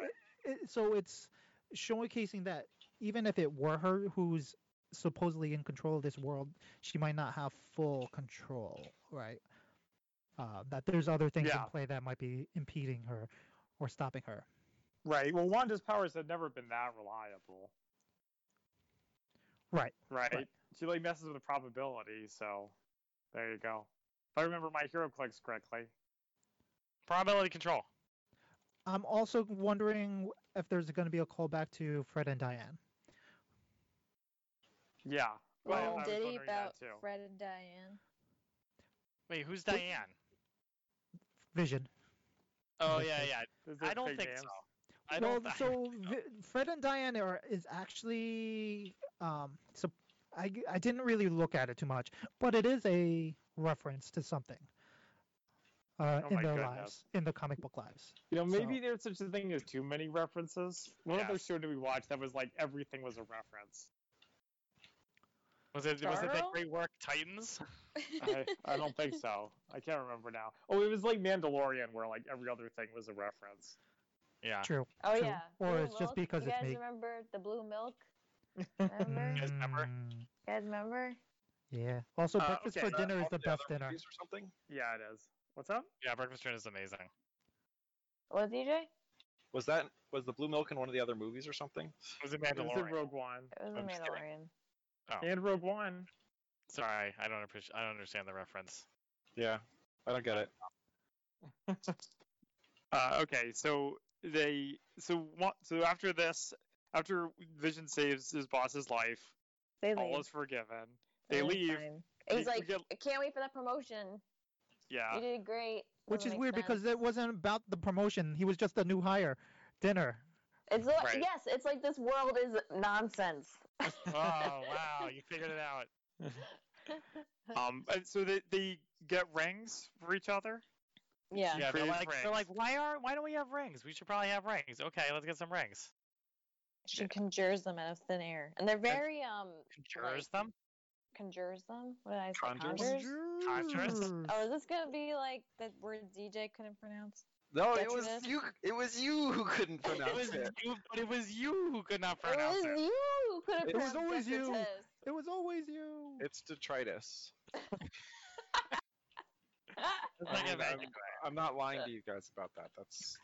Speaker 2: it, it- so it's showcasing that even if it were her who's supposedly in control of this world, she might not have full control, right? Uh, that there's other things
Speaker 1: Yeah.
Speaker 2: in play that might be impeding her or stopping her.
Speaker 1: Right. Well, Wanda's powers had never been that reliable.
Speaker 2: Right.
Speaker 1: Right. She like messes with the probability. So there you go. If I remember my hero clicks correctly.
Speaker 3: Probability control.
Speaker 2: I'm also wondering if there's going to be a callback to Fred and Diane.
Speaker 1: Yeah. I- I
Speaker 4: Little
Speaker 1: was
Speaker 4: ditty
Speaker 1: wondering that
Speaker 4: about
Speaker 1: too.
Speaker 4: Fred and Diane.
Speaker 3: Wait, who's
Speaker 2: Wait.
Speaker 3: Diane?
Speaker 2: Vision.
Speaker 3: Oh
Speaker 2: Who's
Speaker 3: yeah,
Speaker 2: this?
Speaker 3: yeah.
Speaker 1: Those
Speaker 3: I
Speaker 1: are
Speaker 3: don't
Speaker 1: big
Speaker 3: think
Speaker 1: names.
Speaker 3: so. I
Speaker 2: well,
Speaker 3: don't. I don't
Speaker 2: so
Speaker 3: think so.
Speaker 2: Vi- Fred and Diane are is actually um so I, g- I didn't really look at it too much, but it is a reference to something uh,
Speaker 1: Oh
Speaker 2: in
Speaker 1: my
Speaker 2: their
Speaker 1: goodness.
Speaker 2: lives, in the comic book lives.
Speaker 1: You know,
Speaker 2: So-
Speaker 1: maybe there's such a thing as too many references. What other show did we watch that was like everything was a reference?
Speaker 3: was it was it that
Speaker 4: Starro?
Speaker 3: great work Titans?
Speaker 1: I, I don't think so. I can't remember now. Oh, it was like Mandalorian, where like every other thing was a reference.
Speaker 3: Yeah.
Speaker 2: True.
Speaker 4: Oh
Speaker 2: True.
Speaker 4: yeah.
Speaker 2: Or
Speaker 4: Blue
Speaker 2: it's just
Speaker 4: Milk?
Speaker 2: because
Speaker 4: you
Speaker 2: it's
Speaker 4: guys
Speaker 2: me.
Speaker 4: remember the blue milk? Remember?
Speaker 3: guys remember?
Speaker 2: Mm,
Speaker 4: You guys remember?
Speaker 2: yeah. Also,
Speaker 1: Uh,
Speaker 2: breakfast
Speaker 1: okay,
Speaker 2: for dinner is
Speaker 5: All
Speaker 2: the
Speaker 5: the other
Speaker 2: best dinner.
Speaker 5: movies Or something?
Speaker 1: Yeah, it is. What's up?
Speaker 3: Yeah, Breakfast Dinner is amazing.
Speaker 4: What DJ?
Speaker 5: Was that was the blue milk in one of the other movies or something?
Speaker 3: Was
Speaker 1: It
Speaker 3: it
Speaker 1: was in
Speaker 3: Mandalorian?
Speaker 1: Rogue One
Speaker 4: It was a
Speaker 5: I'm just
Speaker 4: Mandalorian.
Speaker 1: and Rogue One.
Speaker 3: Sorry, I don't appreciate. I don't understand the reference.
Speaker 5: Yeah, I don't get it.
Speaker 1: Uh, okay, so they so what so after this, after Vision saves his boss's life,
Speaker 4: They leave.
Speaker 1: all is forgiven. They
Speaker 4: Everything's
Speaker 1: leave.
Speaker 4: fine.
Speaker 1: We-
Speaker 4: He's
Speaker 1: we
Speaker 4: like,
Speaker 1: get-
Speaker 4: I can't wait for that promotion.
Speaker 1: Yeah.
Speaker 4: You did great.
Speaker 2: Which is
Speaker 4: Doesn't make
Speaker 2: weird because
Speaker 4: sense.
Speaker 2: it wasn't about the promotion. He was just a new hire. Dinner.
Speaker 4: it's like,
Speaker 3: Right.
Speaker 4: yes, it's like this world is nonsense.
Speaker 3: oh wow, you figured it out.
Speaker 1: Um. and so they they get rings for each other.
Speaker 4: Yeah.
Speaker 3: Yeah, they're
Speaker 1: created
Speaker 3: like, they're like,
Speaker 1: rings.
Speaker 3: why are why don't we have rings? We should probably have rings. Okay, let's get some rings.
Speaker 4: She conjures them out of thin air, and they're very um
Speaker 3: Conjures them.
Speaker 4: conjures them. What did I say?
Speaker 5: Conjures?
Speaker 3: Contrast.
Speaker 4: Oh, is this gonna be like the word DJ couldn't pronounce?
Speaker 5: No,
Speaker 4: Get
Speaker 5: it
Speaker 4: you
Speaker 5: was
Speaker 4: this?
Speaker 5: you. It was you who couldn't
Speaker 3: It was
Speaker 5: pronounce it.
Speaker 3: you, but it was you who could not
Speaker 4: It
Speaker 3: pronounce
Speaker 4: was
Speaker 3: it.
Speaker 4: you who couldn't
Speaker 5: It
Speaker 2: was
Speaker 4: pronounce
Speaker 2: always you.
Speaker 4: detritus.
Speaker 2: It was always you.
Speaker 5: It's detritus.
Speaker 3: Like
Speaker 5: I'm,
Speaker 3: a
Speaker 5: I'm-
Speaker 3: magic
Speaker 5: I'm not lying to you guys about that. That's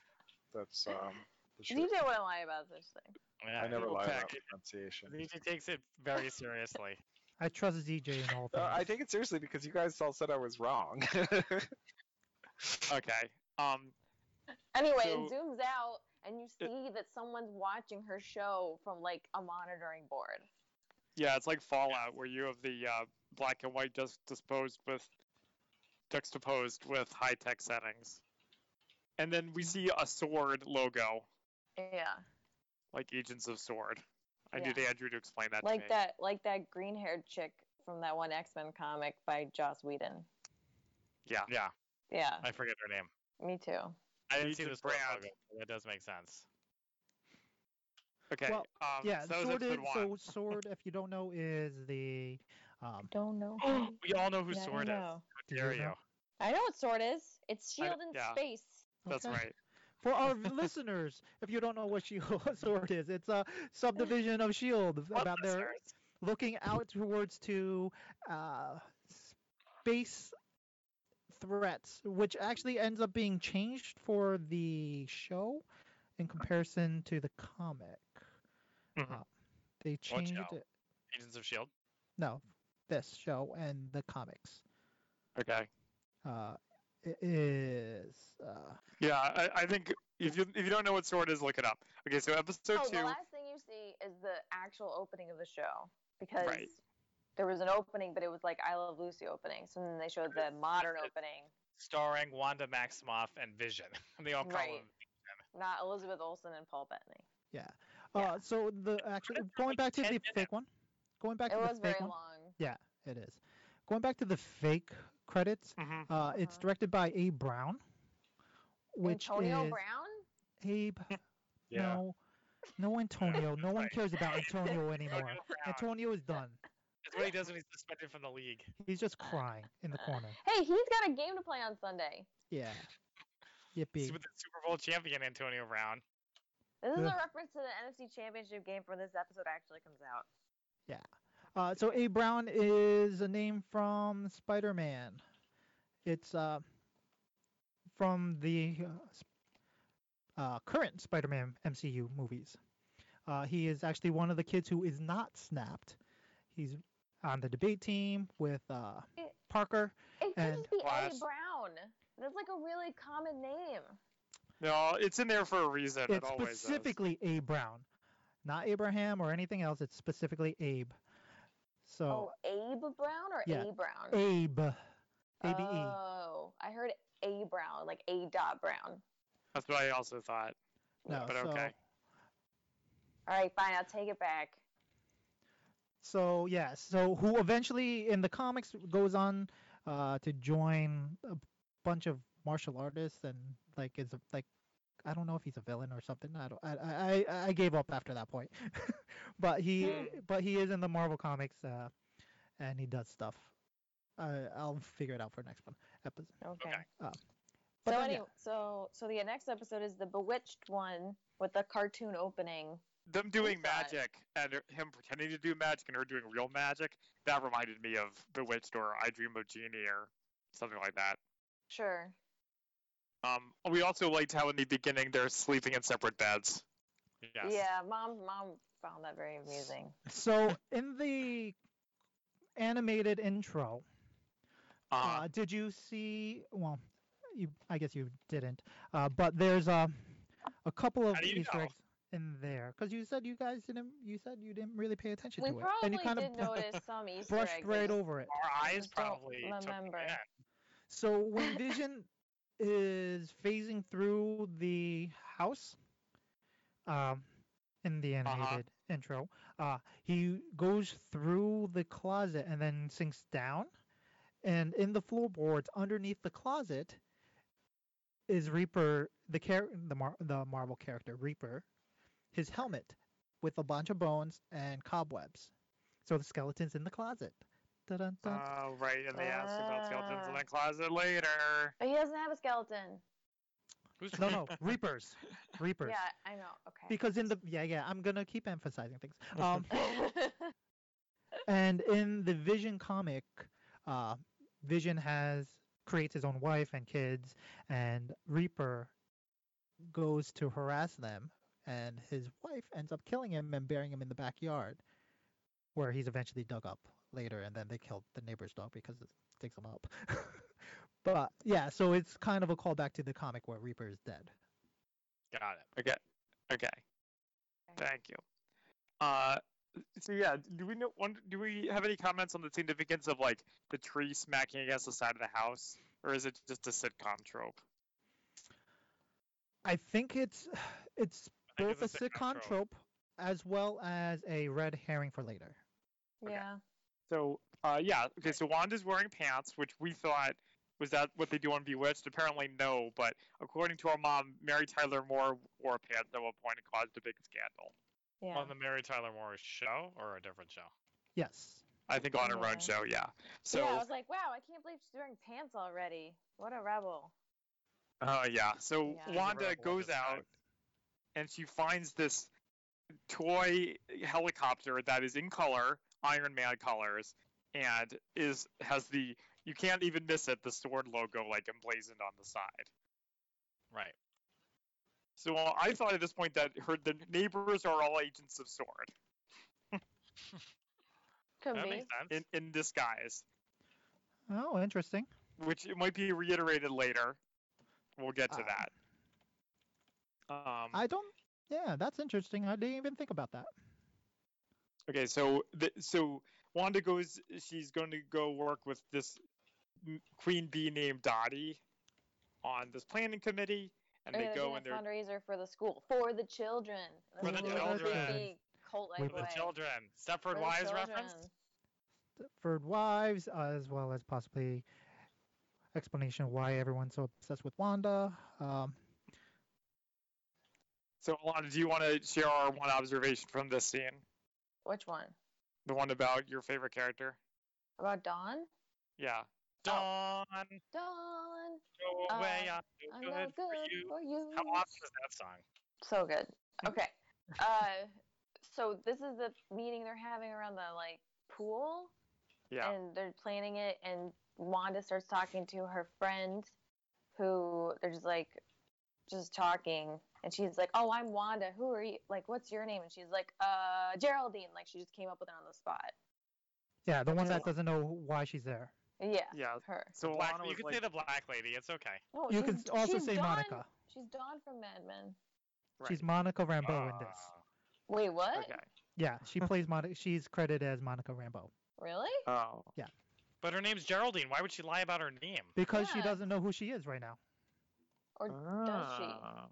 Speaker 5: that's um. The
Speaker 4: DJ
Speaker 5: truth.
Speaker 4: wouldn't lie about this thing.
Speaker 3: Yeah,
Speaker 5: I never
Speaker 3: we'll
Speaker 5: lie
Speaker 3: check
Speaker 5: about
Speaker 3: it.
Speaker 5: pronunciation.
Speaker 3: DJ takes it very seriously.
Speaker 2: I trust DJ in all
Speaker 5: Uh,
Speaker 2: things.
Speaker 5: I take it seriously because you guys all said I was wrong.
Speaker 1: Okay. Um.
Speaker 4: Anyway,
Speaker 1: So-
Speaker 4: it zooms out, and you see that someone's watching her show from like a monitoring board.
Speaker 1: Yeah, it's like Fallout, where you have the uh, black and white just disposed with juxtaposed with high tech settings, and then we see a sword logo,
Speaker 4: Yeah,
Speaker 1: like Agents of Sword. I
Speaker 4: Yeah.
Speaker 1: need Andrew to explain that. to
Speaker 4: like
Speaker 1: me.
Speaker 4: that, like that green-haired chick from that one X Men comic by Joss Whedon.
Speaker 1: Yeah.
Speaker 3: Yeah,
Speaker 4: Yeah,
Speaker 3: I forget her name.
Speaker 4: me too.
Speaker 3: I didn't
Speaker 1: Agent
Speaker 3: see this
Speaker 1: Brown.
Speaker 3: brand. That does make sense.
Speaker 1: Okay.
Speaker 2: Well,
Speaker 1: um,
Speaker 2: yeah,
Speaker 1: so that was
Speaker 2: sword is,
Speaker 1: episode one.
Speaker 2: so sword, if you don't know, is the um
Speaker 4: Don't know.
Speaker 1: we all know who
Speaker 4: Yeah, I
Speaker 1: Sword is.
Speaker 4: know.
Speaker 1: How
Speaker 2: Did
Speaker 1: dare
Speaker 2: you
Speaker 1: you?
Speaker 2: know?
Speaker 4: I know what sword is. It's
Speaker 1: I d-
Speaker 4: shield E in
Speaker 1: yeah.
Speaker 4: space.
Speaker 1: That's
Speaker 2: okay?
Speaker 1: right.
Speaker 2: For our listeners, if you don't know what Shield Sword is, it's a subdivision of Shield
Speaker 1: Oh,
Speaker 3: What
Speaker 2: E about their
Speaker 3: listeners?
Speaker 2: looking out towards to uh, space threats, which actually ends up being changed for the show in comparison to the comic.
Speaker 1: Mhm.
Speaker 2: Uh, they changed
Speaker 3: show?
Speaker 2: it.
Speaker 3: Agents of Shield.
Speaker 2: No, this show and the comics.
Speaker 1: Okay.
Speaker 2: Uh, it is. Uh,
Speaker 1: Yeah, I, I think if you if you don't know what Sword is, look it up. Okay, so episode
Speaker 4: Oh,
Speaker 1: two.
Speaker 4: the last thing you see is the actual opening of the show because
Speaker 1: Right.
Speaker 4: there was an opening, but it was like I Love Lucy opening. So then they showed the modern opening,
Speaker 3: starring Wanda Maximoff and Vision. they all call
Speaker 4: Right.
Speaker 3: him.
Speaker 4: not Elizabeth Olsen and Paul Bettany. Yeah.
Speaker 2: uh, so the actually going back to
Speaker 3: 10
Speaker 2: the fake
Speaker 3: minutes.
Speaker 2: one. Going back
Speaker 4: It
Speaker 2: to
Speaker 4: was
Speaker 2: the
Speaker 4: very
Speaker 2: fake one.
Speaker 4: long.
Speaker 2: It is. Going back to the fake credits.
Speaker 1: Mhm.
Speaker 2: Uh, It's
Speaker 4: Uh-huh.
Speaker 2: directed by Abe Brown, which
Speaker 4: Antonio
Speaker 2: is
Speaker 4: Brown?
Speaker 2: Abe.
Speaker 5: yeah.
Speaker 2: No, no Antonio. No one
Speaker 3: right.
Speaker 2: cares about Antonio anymore.
Speaker 3: Antonio Brown.
Speaker 2: Antonio is done.
Speaker 3: That's what he does when he's suspended from the league.
Speaker 2: He's just crying in the corner.
Speaker 4: Hey, he's got a game to play on Sunday.
Speaker 2: Yeah.
Speaker 3: He's
Speaker 2: Yippee.
Speaker 3: with the Super Bowl champion Antonio Brown.
Speaker 4: This is a
Speaker 2: Ugh.
Speaker 4: reference to the NFC Championship game for this episode actually comes out.
Speaker 2: Uh, so A Brown is a name from Spider-Man. It's uh, from the uh, s- uh, current Spider-Man MCU movies. Uh, he is actually one of the kids who is not snapped. He's on the debate team with uh,
Speaker 4: It-
Speaker 2: Parker.
Speaker 4: It could
Speaker 2: And
Speaker 4: just be Eddie
Speaker 1: last-
Speaker 4: Brown. That's like a really common name.
Speaker 1: No, it's in there for a reason. it
Speaker 2: It's
Speaker 1: always is.
Speaker 2: specifically A Brown, not Abraham or anything else. It's specifically Abe. So
Speaker 4: Oh, Abe Brown or
Speaker 2: Yeah.
Speaker 4: A Brown?
Speaker 2: Abe, A B E.
Speaker 4: Oh, I heard A Brown, like A dot Brown.
Speaker 1: That's what I also thought.
Speaker 2: No,
Speaker 1: but
Speaker 2: so-
Speaker 1: okay.
Speaker 4: All right, fine, I'll take it back.
Speaker 2: So yeah, so who eventually in the comics goes on uh, to join a bunch of martial artists and like is a- like I don't know if he's a villain or something. I don't. I I, I- I gave up after that point. but he
Speaker 1: Hmm.
Speaker 2: but he is in the Marvel comics uh, and he does stuff. Uh, I'll figure it out for next one episode.
Speaker 4: Okay.
Speaker 2: Uh, but then,
Speaker 4: so
Speaker 2: yeah.
Speaker 4: anyway, so so the next episode is the Bewitched one with the cartoon opening.
Speaker 1: Them doing
Speaker 4: thought-
Speaker 1: magic and her- him pretending to do magic and her doing real magic, that reminded me of Bewitched or I Dream of Genie or something like that.
Speaker 4: Sure.
Speaker 1: Um, we also liked how in the beginning they're sleeping in separate beds.
Speaker 3: Yes.
Speaker 4: Yeah, mom mom found that very amusing.
Speaker 2: So in the animated intro,
Speaker 1: Uh,
Speaker 2: Uh, did you see? Well, you I guess you didn't. Uh, but there's a a couple of
Speaker 1: do you
Speaker 2: Easter
Speaker 1: know?
Speaker 2: eggs. in there? Because you said you guys didn't. You said you didn't really pay attention
Speaker 4: We
Speaker 2: to it, and
Speaker 4: probably
Speaker 2: you kind
Speaker 4: did
Speaker 2: of
Speaker 4: notice some Easter
Speaker 2: brushed
Speaker 4: eggs. I
Speaker 2: right
Speaker 4: just-
Speaker 2: over it.
Speaker 3: Our
Speaker 4: I
Speaker 3: eyes
Speaker 4: just don't
Speaker 3: probably took me
Speaker 4: remember.
Speaker 3: in.
Speaker 2: So when Vision is phasing through the house, um, in the
Speaker 3: Uh-huh.
Speaker 2: animated intro, uh, he goes through the closet and then sinks down, and in the floorboards underneath the closet is Reaper, the char- the Mar- the Marvel character Reaper, his helmet with a bunch of bones and cobwebs. So the skeleton's in the closet. Dun-dun-dun.
Speaker 3: Uh.
Speaker 1: Oh, right. And they asked about skeletons in
Speaker 4: Ah.
Speaker 1: the closet later.
Speaker 4: But he doesn't have a skeleton.
Speaker 3: Who's
Speaker 2: no, no, Reapers, Reapers.
Speaker 4: Yeah, I know. Okay.
Speaker 2: because in the yeah yeah i'm gonna keep emphasizing things um
Speaker 4: oh,
Speaker 2: and in the vision comic uh vision has creates his own wife and kids and reaper goes to harass them and his wife ends up killing him and burying him in the backyard where he's eventually dug up later and then they killed the neighbor's dog because it digs him up but yeah so it's kind of a callback to the comic where reaper is dead
Speaker 3: Got it.
Speaker 1: Okay. Okay. Thank you. Uh, so yeah, do we know? wonder- Do we have any comments on the significance of like the tree smacking against the side of the house, or is it just a sitcom trope?
Speaker 2: I think it's it's
Speaker 3: I think
Speaker 2: both a
Speaker 3: it's a
Speaker 2: sitcom
Speaker 3: sitcom
Speaker 2: trope as well as a red herring for later.
Speaker 4: Yeah.
Speaker 1: So uh, yeah, okay. So Wanda's wearing pants, which we thought was that what they do on Bewitched. Apparently no, but according to our mom, Mary Tyler Moore wore pants at one point and caused a big scandal.
Speaker 4: Yeah.
Speaker 3: On the Mary Tyler Moore show or a different show?
Speaker 2: Yes.
Speaker 1: I think on her
Speaker 4: Yeah.
Speaker 1: own show, yeah. So
Speaker 4: yeah, I was like, wow, I can't believe she's wearing pants already. What a rebel.
Speaker 1: Oh yeah. So
Speaker 4: Yeah. She's a
Speaker 1: Wanda
Speaker 3: rebel at
Speaker 1: goes
Speaker 3: this time.
Speaker 1: out and she finds this toy helicopter that is in color, Iron Man colors, and is has the you can't even miss it, the sword logo like emblazoned on the side.
Speaker 3: Right.
Speaker 1: So uh, I thought at this point that her the neighbors are all agents of sword
Speaker 4: Could
Speaker 3: That
Speaker 4: be.
Speaker 3: makes sense.
Speaker 1: in, in disguise.
Speaker 2: Oh, interesting.
Speaker 1: which it might be reiterated later. We'll get to
Speaker 2: Uh,
Speaker 1: that. Um,
Speaker 2: I don't. Yeah, that's interesting. I didn't even think about that.
Speaker 1: okay, so the, so Wanda goes. She's going to go work with this m- queen bee named Dottie on this planning committee, and
Speaker 4: They're
Speaker 1: they
Speaker 4: gonna
Speaker 1: go
Speaker 4: do
Speaker 1: and
Speaker 4: a
Speaker 1: they're
Speaker 4: fundraiser for the school for the children. This
Speaker 3: For
Speaker 4: is
Speaker 3: the
Speaker 4: a little
Speaker 3: children.
Speaker 4: creepy Cult-like
Speaker 2: With
Speaker 3: The
Speaker 4: way.
Speaker 3: children.
Speaker 4: For
Speaker 3: Stepford
Speaker 4: the
Speaker 3: Wise
Speaker 4: children. Oh.
Speaker 3: reference?
Speaker 2: Third wives, as well as possibly explanation why everyone's so obsessed with Wanda. Um,
Speaker 1: so. Alana, do you want to share our one observation from this scene?
Speaker 4: Which one?
Speaker 1: The one about your favorite character?
Speaker 4: About Dawn?
Speaker 1: Yeah.
Speaker 3: Dawn,
Speaker 4: Dawn,
Speaker 3: go away.
Speaker 4: Uh,
Speaker 3: I'm
Speaker 4: I'm
Speaker 3: no
Speaker 4: not
Speaker 3: good for you.
Speaker 4: for you.
Speaker 3: How often is that song?
Speaker 4: So good. Okay. Uh, so this is the meeting they're having around the like pool,
Speaker 1: Yeah.
Speaker 4: and they're planning it. And Wanda starts talking to her friend, who they're just like, just talking, and she's like, "Oh, I'm Wanda. Who are you? Like, what's your name?" And she's like, "Uh, Geraldine." Like, she just came up with it on the spot.
Speaker 2: yeah, the one
Speaker 1: So-
Speaker 2: that doesn't know why she's there.
Speaker 4: Yeah,
Speaker 1: yeah.
Speaker 4: her.
Speaker 1: So
Speaker 3: Black-
Speaker 1: Alana
Speaker 3: you
Speaker 1: was
Speaker 3: can
Speaker 1: like,
Speaker 3: say the black lady. It's okay.
Speaker 4: No,
Speaker 2: You
Speaker 4: Oh, she's-
Speaker 2: can also
Speaker 4: she's
Speaker 2: say
Speaker 4: Dawn-
Speaker 2: Monica.
Speaker 4: She's Dawn from Mad Men.
Speaker 2: She's Monica Rambeau in this.
Speaker 3: Ah.
Speaker 4: Wait, what?
Speaker 1: okay.
Speaker 2: Yeah, she plays Monica. She's credited as Monica Rambeau
Speaker 4: Really?
Speaker 1: Oh.
Speaker 3: But her name's Geraldine. Why would she lie about her name?
Speaker 2: because she
Speaker 4: Yeah.
Speaker 2: doesn't know who she is right now.
Speaker 4: Or does she?
Speaker 1: Ah.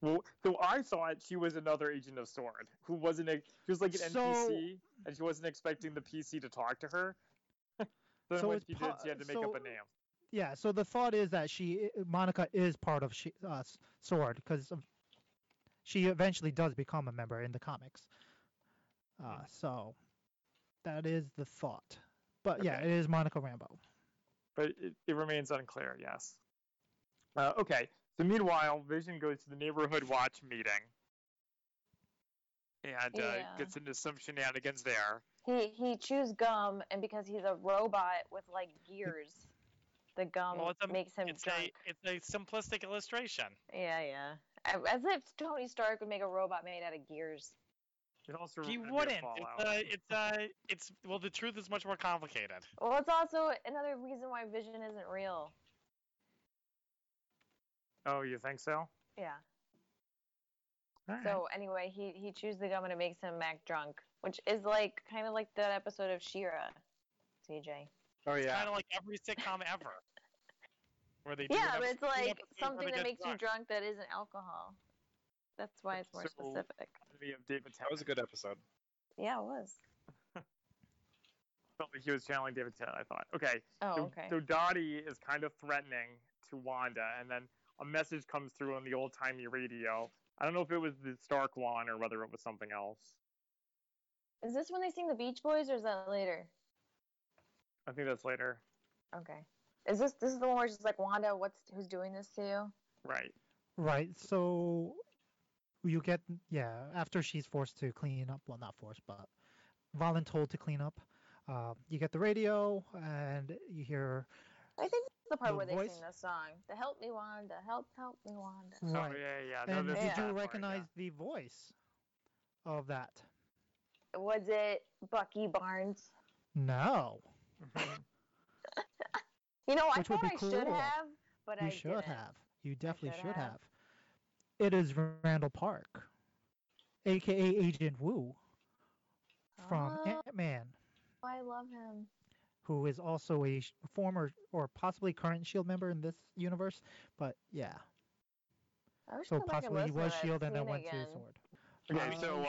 Speaker 1: Well, so I thought she was another agent of Sword who wasn't. ex- She was like an
Speaker 2: So-
Speaker 1: NPC, and she wasn't expecting the PC to talk to her. then
Speaker 2: So
Speaker 1: when
Speaker 2: it's
Speaker 1: she did,
Speaker 2: po-
Speaker 1: she had to make up
Speaker 2: so-
Speaker 1: a name.
Speaker 2: yeah so the thought is that she i- monica is part of she, uh, S- sword because um, she eventually does become a member in the comics uh,
Speaker 1: Hmm.
Speaker 2: so that is the thought but yeah
Speaker 1: Okay.
Speaker 2: it is monica rambo
Speaker 1: but it, it remains unclear, yes. Uh, okay, so meanwhile, Vision goes to the neighborhood watch meeting and uh,
Speaker 4: Yeah.
Speaker 1: gets into some shenanigans there.
Speaker 4: He he chews gum, and because he's a robot with like gears, the gum
Speaker 3: Well, it's a-
Speaker 4: makes him
Speaker 3: It's
Speaker 4: drunk.
Speaker 3: a, it's a simplistic illustration.
Speaker 4: Yeah, yeah. A- As if Tony Stark would make a robot made out of gears.
Speaker 1: It also
Speaker 3: He
Speaker 1: reminded me of
Speaker 3: wouldn't.
Speaker 1: Fallout.
Speaker 3: It's uh it's uh it's well the truth is much more complicated.
Speaker 4: Well, it's also another reason why Vision isn't real.
Speaker 1: Oh, you think so?
Speaker 4: Yeah.
Speaker 3: All right.
Speaker 4: So anyway, he he chews the gum and it makes him Mac drunk, which is like kind of like that episode of Shira. CJ.
Speaker 5: Oh yeah.
Speaker 3: kind of like every sitcom ever. Where they do
Speaker 4: Yeah,
Speaker 3: an
Speaker 4: but
Speaker 3: episode-
Speaker 4: it's
Speaker 3: two
Speaker 4: like
Speaker 3: episodes where
Speaker 4: something
Speaker 3: they
Speaker 4: that
Speaker 3: get
Speaker 4: makes you drunk that isn't alcohol. That's why it's more
Speaker 1: So-
Speaker 4: specific.
Speaker 1: Movie of David Tennant.
Speaker 5: That was a good episode.
Speaker 4: Yeah, it was.
Speaker 1: Felt like he was channeling David Tennant. I thought. Okay.
Speaker 4: Oh,
Speaker 1: so,
Speaker 4: okay.
Speaker 1: so Dottie is kind of threatening to Wanda, and then a message comes through on the old timey radio. I don't know if it was the Stark one or whether it was something else.
Speaker 4: Is this when they sing the Beach Boys or is that later?
Speaker 1: I think that's later.
Speaker 4: Okay. Is this this is the one where it's just like Wanda, what's who's doing this to you?
Speaker 1: Right.
Speaker 2: Right. So you get yeah after she's forced to clean up. Well, not forced, but voluntold to clean up. Uh, you get the radio and you hear
Speaker 4: I think this is the part
Speaker 2: The
Speaker 4: where they
Speaker 2: voice-
Speaker 4: sing the song. The help me Wanda, help help me Wanda.
Speaker 2: right,
Speaker 1: Oh, yeah, yeah. No,
Speaker 2: and
Speaker 1: this
Speaker 2: you
Speaker 1: is
Speaker 4: yeah.
Speaker 1: that
Speaker 2: do
Speaker 1: part, yeah.
Speaker 2: recognize the voice of that.
Speaker 4: Was it Bucky Barnes?
Speaker 2: No,
Speaker 4: You know, I
Speaker 2: Which would
Speaker 4: thought
Speaker 2: be
Speaker 4: I should
Speaker 2: cool.
Speaker 4: have, but I
Speaker 2: you should
Speaker 4: didn't.
Speaker 2: have. You definitely
Speaker 4: should
Speaker 2: should
Speaker 4: have.
Speaker 2: have. It is Randall Park, aka Agent Wu from
Speaker 4: Oh,
Speaker 2: Ant Man,
Speaker 4: I love him.
Speaker 2: who is also a sh- former or possibly current Shield E member in this universe. But yeah,
Speaker 4: I wish I
Speaker 2: So
Speaker 4: could look at
Speaker 2: possibly he
Speaker 4: most of
Speaker 2: was
Speaker 4: it I've
Speaker 2: shield E and then
Speaker 4: seen
Speaker 2: went
Speaker 4: E again.
Speaker 2: to sword.
Speaker 1: Okay,
Speaker 2: Um,
Speaker 1: so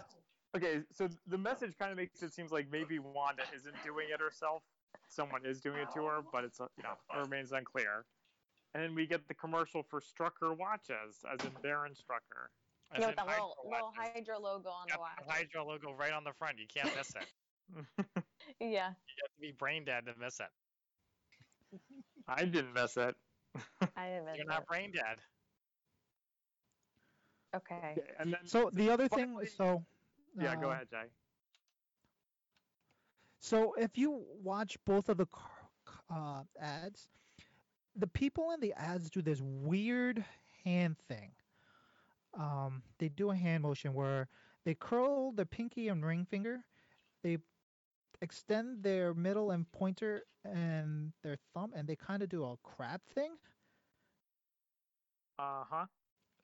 Speaker 1: uh, okay, so the message kind of makes it seems like maybe Wanda isn't doing it herself. Someone is doing it to her, but it's uh, you know it remains unclear. And then we get the commercial for Strucker watches, as in Baron Strucker.
Speaker 3: as
Speaker 4: Yeah,
Speaker 3: in
Speaker 4: with that
Speaker 3: Hydra
Speaker 4: little, little
Speaker 3: watches.
Speaker 4: Hydra logo on the
Speaker 3: Got
Speaker 4: watch.
Speaker 3: the Hydra logo right on the front. You can't miss it.
Speaker 4: Yeah.
Speaker 3: You have to be brain dead to miss it.
Speaker 1: I didn't miss it.
Speaker 4: I didn't miss
Speaker 3: You're
Speaker 4: it.
Speaker 3: not brain dead.
Speaker 4: Okay.
Speaker 1: Okay, and then
Speaker 2: So the other
Speaker 1: But
Speaker 2: thing,
Speaker 1: we-
Speaker 2: so
Speaker 1: yeah, go
Speaker 2: uh,
Speaker 1: ahead, Jay.
Speaker 2: So if you watch both of the car- c- uh, ads, the people in the ads do this weird hand thing. Um, they do a hand motion where they curl the pinky and ring finger, they extend their middle and pointer and their thumb, and they kind of do a crab thing,
Speaker 1: Uh huh.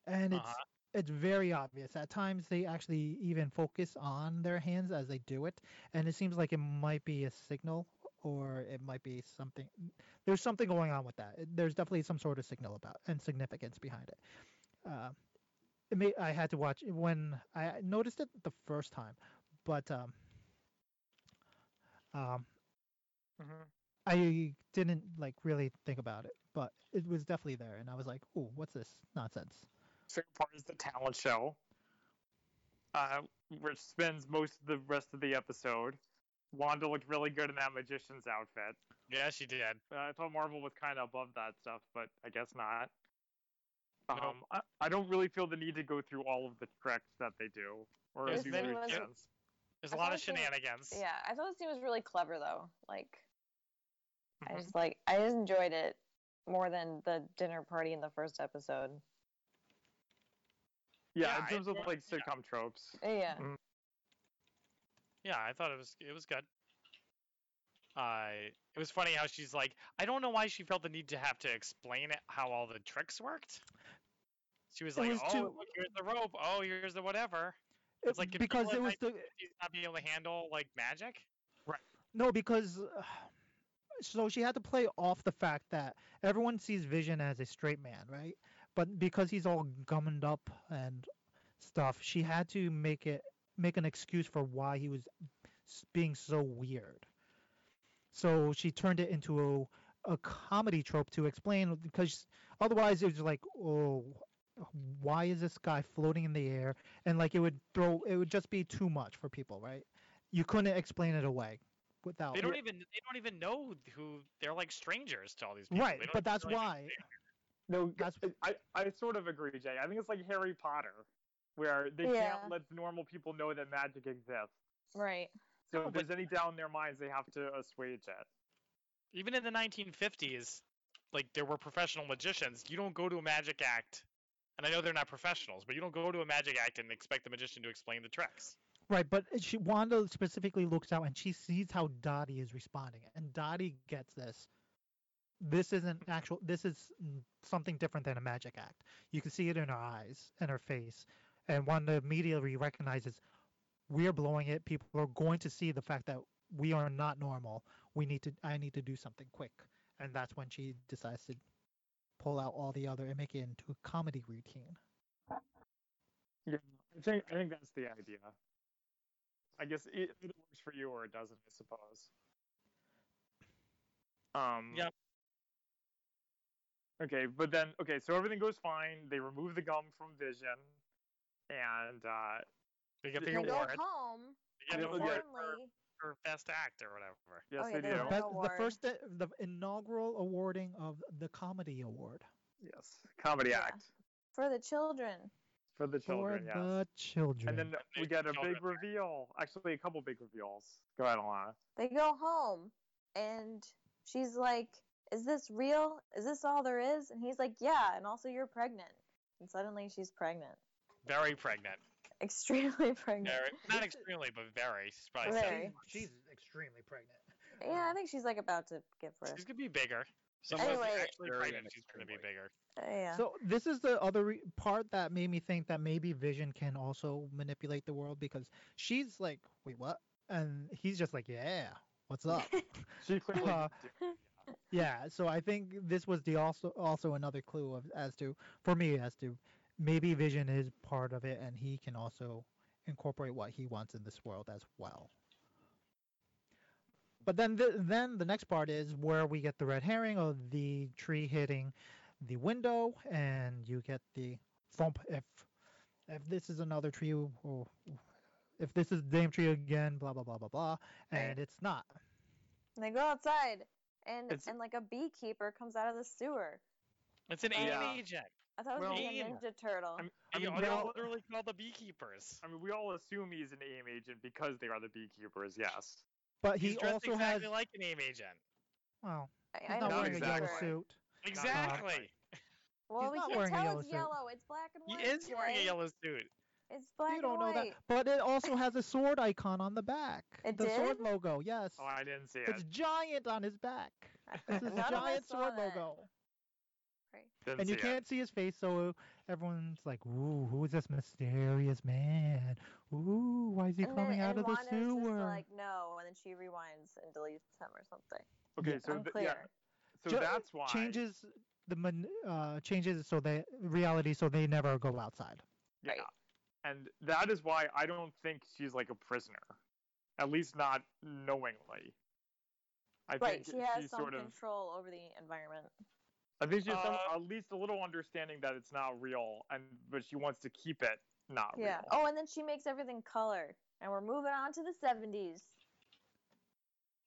Speaker 2: and it's
Speaker 3: Uh-huh.
Speaker 2: it's very obvious. At times, they actually even focus on their hands as they do it, and it seems like it might be a signal or it might be something. There's something going on with that. It- There's definitely some sort of signal about and significance behind it. Uh, it may, I had to watch when I noticed it the first time, but um, um, I didn't like really think about it. But it was definitely there, and I was like, "Oh, what's this nonsense?"
Speaker 1: Second part is the talent show, uh, which spends most of the rest of the episode. Wanda looked really good in that magician's outfit.
Speaker 3: Yeah, she did.
Speaker 1: Uh, I thought Marvel was kind of above that stuff, but I guess not.
Speaker 3: Nope.
Speaker 1: Um, I, I don't really feel the need to go through all of the tricks that they do, or
Speaker 4: This
Speaker 1: do
Speaker 4: thing
Speaker 1: their
Speaker 4: was-
Speaker 1: dance.
Speaker 3: There's
Speaker 4: I
Speaker 3: a lot
Speaker 4: thought
Speaker 3: of
Speaker 4: she was-
Speaker 3: shenanigans.
Speaker 4: Yeah, I thought this scene was really clever though. Like, I
Speaker 1: Mhm.
Speaker 4: just like I just enjoyed it more than the dinner party in the first episode.
Speaker 1: Yeah,
Speaker 3: Yeah,
Speaker 1: in
Speaker 3: I-
Speaker 1: terms of like sitcom tropes.
Speaker 4: Yeah.
Speaker 3: Yeah, I thought it was it was good. Uh, it was funny how she's like, I don't know why she felt the need to have to explain it, how all the tricks worked. She was
Speaker 2: It
Speaker 3: like,
Speaker 2: was
Speaker 3: oh,
Speaker 2: too-
Speaker 3: look, here's the rope. Oh, here's the whatever. It's like if
Speaker 2: because
Speaker 3: people
Speaker 2: it
Speaker 3: in
Speaker 2: was the
Speaker 3: She's not being able to handle like magic.
Speaker 2: No, because uh, so she had to play off the fact that everyone sees Vision as a straight man, right? But because he's all gummed up and stuff, she had to make it make an excuse for why he was s- being so weird. So she turned it into a, a comedy trope to explain because otherwise it was like, oh, why is this guy floating in the air? And like it would throw it would just be too much for people, right? You couldn't explain it away without
Speaker 3: They don't even they don't even know who they're like strangers to all these people.
Speaker 2: right,
Speaker 3: They don't
Speaker 2: but
Speaker 3: even
Speaker 2: that's
Speaker 3: really know
Speaker 2: why.
Speaker 1: No,
Speaker 2: That's
Speaker 1: I, I sort of agree, Jay. I think it's like Harry Potter, where they
Speaker 4: Yeah.
Speaker 1: can't let normal people know that magic exists.
Speaker 4: Right.
Speaker 1: So
Speaker 3: No,
Speaker 1: if
Speaker 3: but-
Speaker 1: there's any doubt in their minds, they have to assuage it.
Speaker 3: even in the 1950s, like there were professional magicians. You don't go to a magic act, and I know they're not professionals, but you don't go to a magic act and expect the magician to explain the tricks.
Speaker 2: Right, but she, Wanda specifically looks out and she sees how Dottie is responding, and Dottie gets this. this isn't actual this is n- something different than a magic act you can see it in her eyes and her face and when the media re- recognizes we're blowing it people are going to see the fact that we are not normal we need to i need to do something quick and that's when she decides to pull out all the other and make it into a comedy routine
Speaker 1: Yeah, I think I think that's the idea. I guess it, it works for you or it doesn't, I suppose. Um.
Speaker 3: Yep.
Speaker 1: Okay, but then okay, so everything goes fine. They remove the gum from Vision, and uh,
Speaker 3: They get
Speaker 1: They
Speaker 3: the
Speaker 4: They go
Speaker 3: award.
Speaker 4: home.
Speaker 3: They get
Speaker 1: Yeah,
Speaker 3: the
Speaker 1: but
Speaker 4: Only.
Speaker 1: yeah.
Speaker 3: award for, for best act or whatever.
Speaker 1: yes,
Speaker 4: yeah,
Speaker 1: Oh, they
Speaker 4: they
Speaker 1: do.
Speaker 4: were-
Speaker 2: That's the
Speaker 4: award.
Speaker 2: first uh, the inaugural awarding of the comedy award
Speaker 1: Yes, comedy
Speaker 4: Yeah.
Speaker 1: act
Speaker 4: For the children.
Speaker 1: for the children.
Speaker 2: for
Speaker 1: yes.
Speaker 2: the children
Speaker 1: And then we
Speaker 3: Make
Speaker 1: get
Speaker 3: the
Speaker 1: a big
Speaker 3: children there.
Speaker 1: reveal. Actually, a couple big reveals. Go ahead, Alana.
Speaker 4: They go home and she's like, Is this real? Is this all there is? And he's like, Yeah, and also you're pregnant. And suddenly she's pregnant.
Speaker 3: Very pregnant.
Speaker 4: Extremely pregnant.
Speaker 3: Very, not extremely, but very. She's probably seven
Speaker 4: Very.
Speaker 3: months.
Speaker 2: she's extremely pregnant
Speaker 4: Yeah, I think she's like about to give
Speaker 3: She's
Speaker 4: birth.
Speaker 3: gonna be bigger. She's
Speaker 5: Some
Speaker 3: gonna be
Speaker 4: Anyway-
Speaker 3: actually
Speaker 5: Very
Speaker 3: pregnant. She's gonna be
Speaker 5: inextremely.
Speaker 3: bigger.
Speaker 4: Uh, yeah.
Speaker 2: So this is the other re- part that made me think that maybe Vision can also manipulate the world because she's like, "Wait, what?" and he's just like, "Yeah, what's up?"
Speaker 1: She clearly.
Speaker 2: Uh,
Speaker 1: did-
Speaker 2: yeah. So I think this was the also also another clue of as to for me as to maybe Vision is part of it and he can also incorporate what he wants in this world as well. But then the, then the next part is where we get the red herring of the tree hitting the window and you get the thump if if this is another tree or if this is the damn tree again blah blah blah blah blah and it's not
Speaker 4: And they go outside and
Speaker 1: It's-
Speaker 4: and like a beekeeper comes out of the sewer.
Speaker 3: It's an
Speaker 1: Yeah.
Speaker 3: alien agent.
Speaker 4: I thought it was
Speaker 1: Well,
Speaker 4: gonna be a
Speaker 3: Ian.
Speaker 4: ninja turtle.
Speaker 1: I'm-
Speaker 3: I
Speaker 1: I mean,
Speaker 3: mean,
Speaker 1: we
Speaker 3: they're
Speaker 1: all-
Speaker 3: literally called the beekeepers.
Speaker 1: I mean, we all assume he's an AIM agent because they are the beekeepers. Yes.
Speaker 2: but he
Speaker 3: He's dressed
Speaker 2: also
Speaker 3: exactly
Speaker 2: has
Speaker 3: like an AIM agent.
Speaker 2: well
Speaker 4: I, I
Speaker 2: he's not
Speaker 4: know
Speaker 2: wearing
Speaker 4: it's
Speaker 2: a yellow
Speaker 4: sewer.
Speaker 2: suit
Speaker 3: Exactly.
Speaker 4: Well,
Speaker 2: He's
Speaker 4: we
Speaker 2: not
Speaker 4: can't
Speaker 2: wearing a
Speaker 4: tell
Speaker 2: yellow
Speaker 4: it's
Speaker 2: suit.
Speaker 4: yellow. It's black and
Speaker 3: He
Speaker 4: white.
Speaker 3: is wearing a
Speaker 4: Jay.
Speaker 3: yellow suit.
Speaker 4: It's black
Speaker 2: you don't
Speaker 4: and
Speaker 2: know that
Speaker 4: white.
Speaker 2: but it also has a sword icon on the back
Speaker 4: It
Speaker 2: the sword
Speaker 4: did?
Speaker 2: logo yes
Speaker 1: Oh, I didn't see
Speaker 2: it's
Speaker 1: it.
Speaker 2: giant on his back this is
Speaker 4: None of us
Speaker 2: giant
Speaker 4: saw
Speaker 2: sword
Speaker 4: that.
Speaker 2: logo
Speaker 1: Didn't
Speaker 2: and you
Speaker 1: see it.
Speaker 2: can't see his face, so everyone's like, "Ooh, who's this mysterious man? Ooh, why is he
Speaker 4: And then-
Speaker 2: coming out
Speaker 4: and
Speaker 2: of the
Speaker 4: Wanda's just
Speaker 2: sewer?"
Speaker 4: like no, and then she rewinds and deletes him or something.
Speaker 1: Okay, so th-
Speaker 4: Unclear.
Speaker 1: yeah, so
Speaker 2: Ju-
Speaker 1: that's why
Speaker 2: Changes the man, uh, changes so they reality, so they never go outside.
Speaker 1: Yeah,
Speaker 4: Right.
Speaker 1: and that is why I don't think she's like a prisoner, at least not knowingly. I
Speaker 4: Right,
Speaker 1: think
Speaker 4: she has
Speaker 1: she's
Speaker 4: some
Speaker 1: sort of.
Speaker 4: control over the environment.
Speaker 1: I think she has some,
Speaker 3: Uh,
Speaker 1: at least a little understanding that it's not real, and but she wants to keep it not
Speaker 4: Yeah.
Speaker 1: real.
Speaker 4: Oh, and then she makes everything color, and we're moving on to the seventies.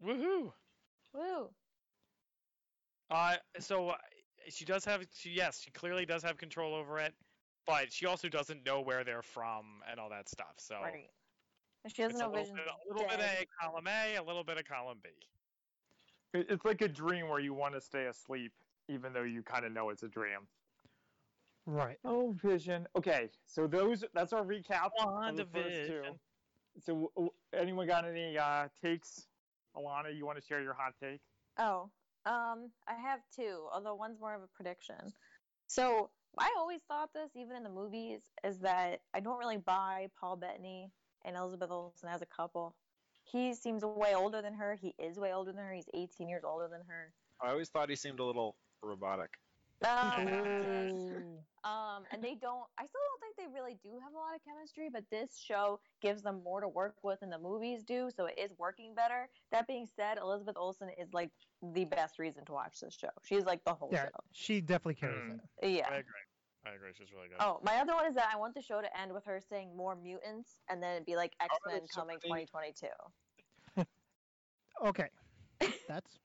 Speaker 3: Woohoo!
Speaker 4: Woo!
Speaker 3: Oh. Uh, so uh, she does have. She, yes, she clearly does have control over it, but she also doesn't know where they're from and all that stuff. So
Speaker 4: Right. And she doesn't
Speaker 3: it's a
Speaker 4: know
Speaker 3: little,
Speaker 4: vision.
Speaker 3: bit, a little bit of column A, a little bit of column B.
Speaker 1: It- It's like a dream where you want to stay asleep, even though you kind of know it's a dream.
Speaker 2: Right.
Speaker 1: Oh, Vision. Okay, so those that's our recap on the first two.
Speaker 3: Oh, WandaVision.
Speaker 1: So, w- w- anyone got any uh, takes? Alana, you want to share your hot take?
Speaker 4: Oh, um, I have two, although one's more of a prediction. So I always thought this, even in the movies, is that I don't really buy Paul Bettany and Elizabeth Olsen as a couple. He seems way older than her. He is way older than her. He's 18 years older than her.
Speaker 5: I always thought he seemed a little robotic.
Speaker 4: Um,
Speaker 2: Ooh.
Speaker 4: um, and they don't. I still don't think they really do have a lot of chemistry, but this show gives them more to work with than the movies do, so it is working better. That being said, Elizabeth Olsen is like the best reason to watch this show. She's like the whole
Speaker 2: yeah,
Speaker 4: show.
Speaker 2: she definitely carries
Speaker 1: Mm.
Speaker 2: it.
Speaker 4: Yeah.
Speaker 3: I agree. I agree. She's really good.
Speaker 4: Oh, my other one is that I want the show to end with her saying more mutants and then it'd be like X Men
Speaker 5: it's
Speaker 4: coming
Speaker 5: something-
Speaker 4: 2022.
Speaker 2: Okay, that's.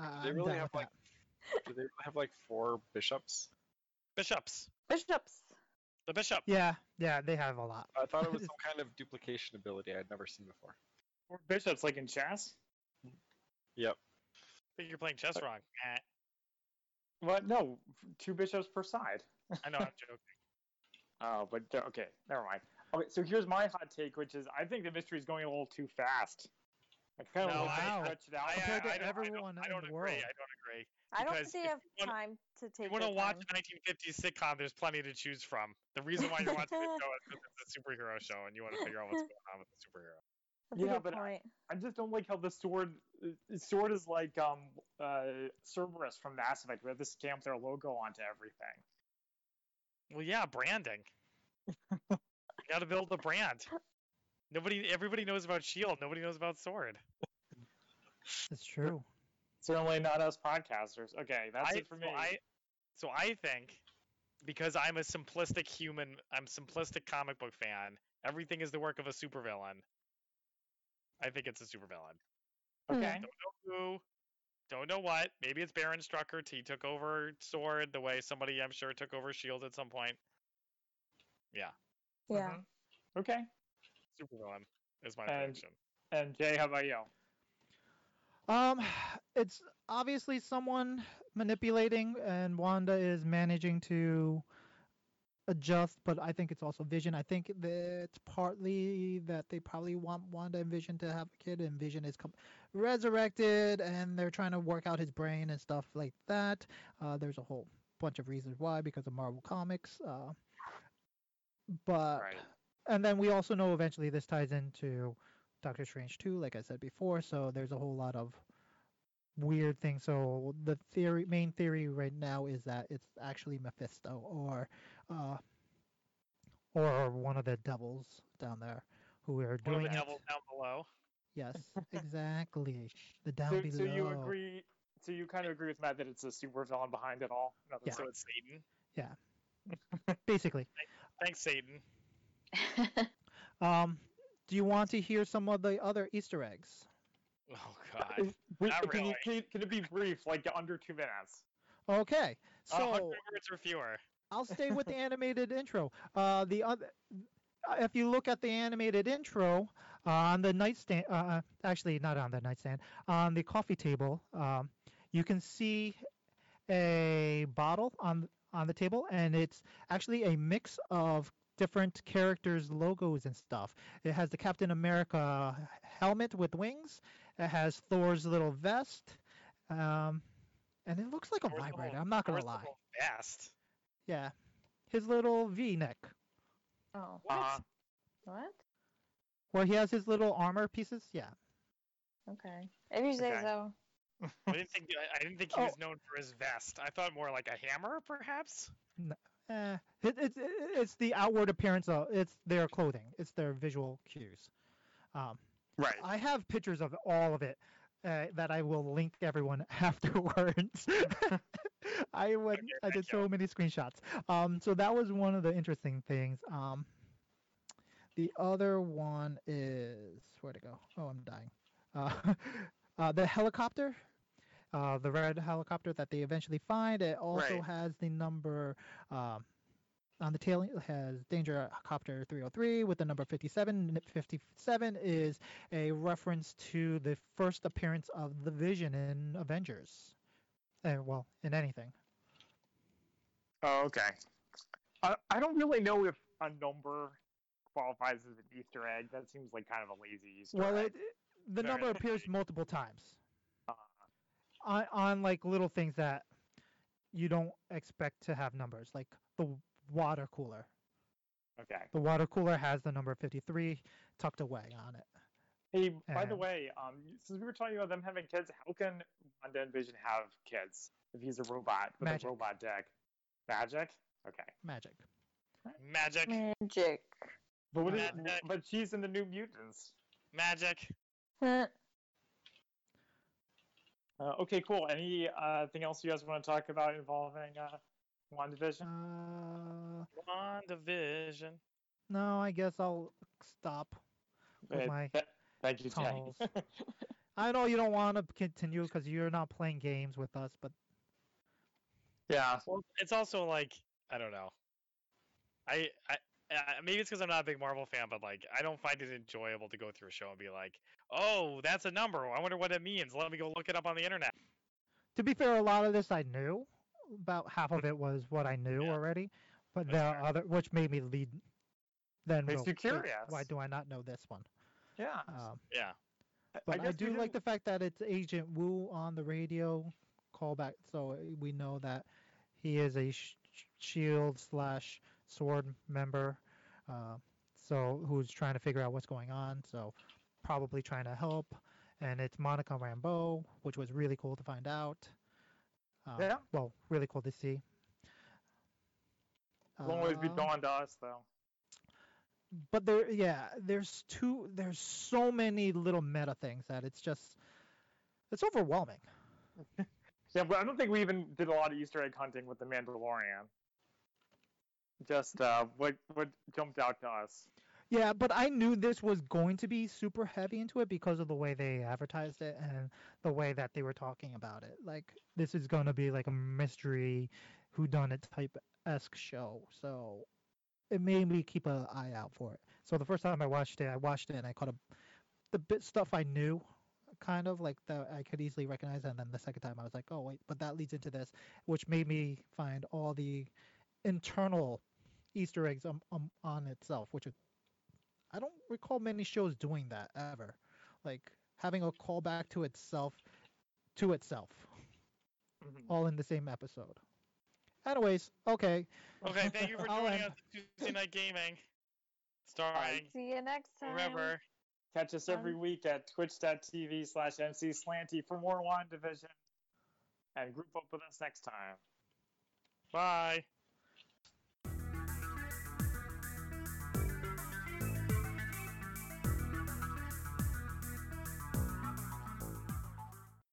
Speaker 2: Uh,
Speaker 5: they
Speaker 2: I'm
Speaker 5: really
Speaker 2: down
Speaker 5: have
Speaker 2: with
Speaker 5: like
Speaker 2: that.
Speaker 5: do they really have like four bishops?
Speaker 3: Bishops.
Speaker 4: Bishops.
Speaker 3: The bishop.
Speaker 2: Yeah, yeah, they have a lot.
Speaker 5: I thought it was some kind of duplication ability I'd never seen before.
Speaker 1: Or bishops, like in chess?
Speaker 3: I think you're playing chess wrong. Eh,
Speaker 1: Well, no, two bishops per side.
Speaker 3: I know. I'm joking.
Speaker 1: Oh, but they're- okay, never mind. Okay, so here's my hot take, which is I think the mystery is going a little too fast. I kind of
Speaker 3: No,
Speaker 1: want to
Speaker 2: I-
Speaker 1: stretch it out.
Speaker 3: I,
Speaker 2: Compared to
Speaker 3: I, I don't,
Speaker 2: everyone in
Speaker 3: I don't, I don't
Speaker 2: the
Speaker 3: agree.
Speaker 2: world.
Speaker 3: I don't agree.
Speaker 4: I don't
Speaker 3: Because
Speaker 4: think they
Speaker 3: if
Speaker 4: have
Speaker 3: you wanna-
Speaker 4: time to
Speaker 3: If
Speaker 4: take.
Speaker 3: you want to
Speaker 4: their
Speaker 3: watch
Speaker 4: time.
Speaker 3: 1950s sitcom, there's plenty to choose from. The reason why you're watching this show is because it's a superhero show, and you want to figure out what's going on with the superhero.
Speaker 4: That's a
Speaker 1: Yeah,
Speaker 4: good
Speaker 1: but I-
Speaker 4: point.
Speaker 1: I just don't like how the sword uh, sword is like um uh Cerberus from Mass Effect, where they stamp their logo onto everything.
Speaker 3: Well, yeah, branding. you got to build a brand. Nobody, everybody knows about Shield. E Nobody knows about Sword.
Speaker 2: It's true.
Speaker 1: Certainly not us podcasters. Okay, that's
Speaker 3: I,
Speaker 1: it for me.
Speaker 3: So I, so I think because I'm a simplistic human, I'm simplistic comic book fan. Everything is the work of a supervillain. I think it's a supervillain.
Speaker 1: okay,
Speaker 3: Don't know who. Don't know what. Maybe it's Baron Strucker. He took over Sword the way somebody I'm sure took over Shield E at some point.
Speaker 4: Hmm. Yeah.
Speaker 1: Mhm. okay.
Speaker 3: Supervillain is my
Speaker 1: And-
Speaker 3: prediction.
Speaker 1: And Jay, how about you?
Speaker 2: Um, it's obviously someone manipulating, and Wanda is managing to adjust. But I think it's also Vision. I think that it's partly that they probably want Wanda and Vision to have a kid, and Vision is com- resurrected, and they're trying to work out his brain and stuff like that. Uh, there's a whole bunch of reasons why because of Marvel Comics. Uh, but
Speaker 3: Right.
Speaker 2: and then we also know eventually this ties into Doctor Strange too, like I said before. So there's a whole lot of weird things. So the theory, main theory right now is that it's actually Mephisto or uh, or one of the devils down there who are
Speaker 3: One
Speaker 2: doing
Speaker 3: of the
Speaker 2: it.
Speaker 3: devils down below.
Speaker 2: Yes, exactly. The down
Speaker 1: So,
Speaker 2: below.
Speaker 1: so you agree? So you kind of agree with Matt that it's a supervillain behind it all? Nothing
Speaker 2: Yeah.
Speaker 1: so
Speaker 3: So it's Satan.
Speaker 2: Basically.
Speaker 3: Thanks, Satan.
Speaker 2: Um, do you want to hear some of the other Easter eggs?
Speaker 3: Oh
Speaker 1: Is-
Speaker 3: God.
Speaker 1: Wait,
Speaker 3: Not
Speaker 1: can, you,
Speaker 3: really.
Speaker 1: can, you- can it be brief, like under two minutes?
Speaker 2: Okay,
Speaker 3: A hundred
Speaker 2: so
Speaker 3: words or fewer.
Speaker 2: I'll stay with the animated intro. Uh, the other, uh, if you look at the animated intro on the nightstand, uh, actually not on the nightstand, on the coffee table, um, you can see a bottle on on the table, and it's actually a mix of different characters' logos and stuff. It has the Captain America helmet with wings. It has Thor's little vest. Um, and it looks like a
Speaker 3: Thor's little-
Speaker 2: vibrator. I'm not gonna
Speaker 3: Where's the
Speaker 2: lie.
Speaker 3: whole vest?
Speaker 2: Yeah. His little V neck,
Speaker 4: oh,
Speaker 3: What?
Speaker 1: Uh,
Speaker 4: what?
Speaker 2: where he has his little armor pieces. Yeah.
Speaker 4: Okay. If you say
Speaker 3: Okay.
Speaker 4: so.
Speaker 3: I didn't think I- I didn't think he
Speaker 2: Oh.
Speaker 3: was known for his vest. I thought more like a hammer, perhaps.
Speaker 2: Eh, it, it's it, it's the outward appearance of it's their clothing. It's their visual cues. Um,
Speaker 1: Right.
Speaker 2: I have pictures of all of it uh, that I will link everyone afterwards. I went.
Speaker 3: Okay,
Speaker 2: I did
Speaker 3: thank you.
Speaker 2: so many screenshots. Um, so that was one of the interesting things. Um, the other one is where to go. Oh, I'm dying. Uh, uh, the helicopter, uh, the red helicopter that they eventually find. It also
Speaker 1: Right.
Speaker 2: has the number. Um, on the tail it has danger copter 303 with the number 57 N- 57 is a reference to the first appearance of the vision in avengers uh, well in anything
Speaker 1: Oh, okay. I, I don't really know if a number qualifies as an Easter egg. That seems like kind of a lazy Easter
Speaker 2: well
Speaker 1: egg.
Speaker 2: it, the
Speaker 3: Fair
Speaker 2: number
Speaker 3: enough.
Speaker 2: appears multiple times on, on like little things that you don't expect to have numbers like the water cooler
Speaker 1: okay.
Speaker 2: the water cooler has the number 53 tucked away on it
Speaker 1: Hey, by the
Speaker 2: And-
Speaker 1: way, um, since we were talking about them having kids, how can Wanda and Vision have kids if he's a robot with
Speaker 2: Magic.
Speaker 1: a robot deck? Magic. Okay.
Speaker 2: magic
Speaker 3: Magic,
Speaker 4: Magic.
Speaker 1: But what is,
Speaker 3: Magic.
Speaker 1: but she's in the New Mutants.
Speaker 3: magic.
Speaker 4: Huh.
Speaker 1: Uh, okay, cool. Any uh, thing else you guys want to talk about involving uh, WandaVision?
Speaker 2: uh,
Speaker 3: WandaVision.
Speaker 2: no i guess i'll stop with
Speaker 1: Uh,
Speaker 2: my
Speaker 1: th- thank you,
Speaker 2: tunnels.
Speaker 1: Jay.
Speaker 2: I know you don't want to continue because you're not playing games with us, but
Speaker 1: yeah.
Speaker 3: Well, it's also like I don't know. I I. I- Maybe it's because I'm not a big Marvel fan, but like I don't find it enjoyable to go through a show and be like, "Oh, that's a number. I wonder what it means. Let me go look it up on the internet."
Speaker 2: to be fair, a lot of this I knew. About half of it was what I knew
Speaker 3: Yeah.
Speaker 2: already, but
Speaker 3: That's
Speaker 2: the
Speaker 3: fair.
Speaker 2: other, which made me lead. Then
Speaker 1: Makes
Speaker 2: go,
Speaker 1: you
Speaker 2: "Wait, Why
Speaker 1: curious."
Speaker 2: do I not know this one?
Speaker 1: Yeah.
Speaker 2: Um,
Speaker 3: Yeah,
Speaker 2: But I,
Speaker 1: guess we
Speaker 2: do like
Speaker 1: didn't-
Speaker 2: the fact that it's Agent Wu on the radio callback, so uh, we know that he is a sh- sh- Shield slash Sword member, uh, so who's trying to figure out what's going on. So probably trying to help, and it's Monica Rambeau, which was really cool to find out. Uh,
Speaker 1: Yeah.
Speaker 2: Well, really cool to see.
Speaker 1: Long ways be
Speaker 2: Um,
Speaker 1: gone to us, though.
Speaker 2: but there yeah there's two there's so many little meta things that it's just it's overwhelming
Speaker 1: Yeah, but I don't think we even did a lot of Easter egg hunting with the Mandalorian. Just uh, what what jumped out to us.
Speaker 2: yeah but i knew this was going to be super heavy into it because of the way they advertised it and the way that they were talking about it like this is going to be like a mystery who done it type esque show so it made me keep an eye out for it so the first time i watched it i watched it and i caught a, the bit stuff i knew kind of like that i could easily recognize and then the second time i was like oh wait but that leads into this which made me find all the internal easter eggs on, on, on itself which is I don't recall many shows doing that ever. Like having a callback to itself to itself
Speaker 1: Mhm.
Speaker 2: all in the same episode. Anyways, okay.
Speaker 3: Okay, thank you for
Speaker 2: I'll
Speaker 3: joining
Speaker 2: end.
Speaker 3: us on Tuesday Night Gaming. Starring
Speaker 4: See you next time.
Speaker 3: whoever.
Speaker 1: Catch us every
Speaker 4: Um,
Speaker 1: week at twitch.tv slash mcslanty for more Wine Division. And group up with us next time.
Speaker 3: Bye.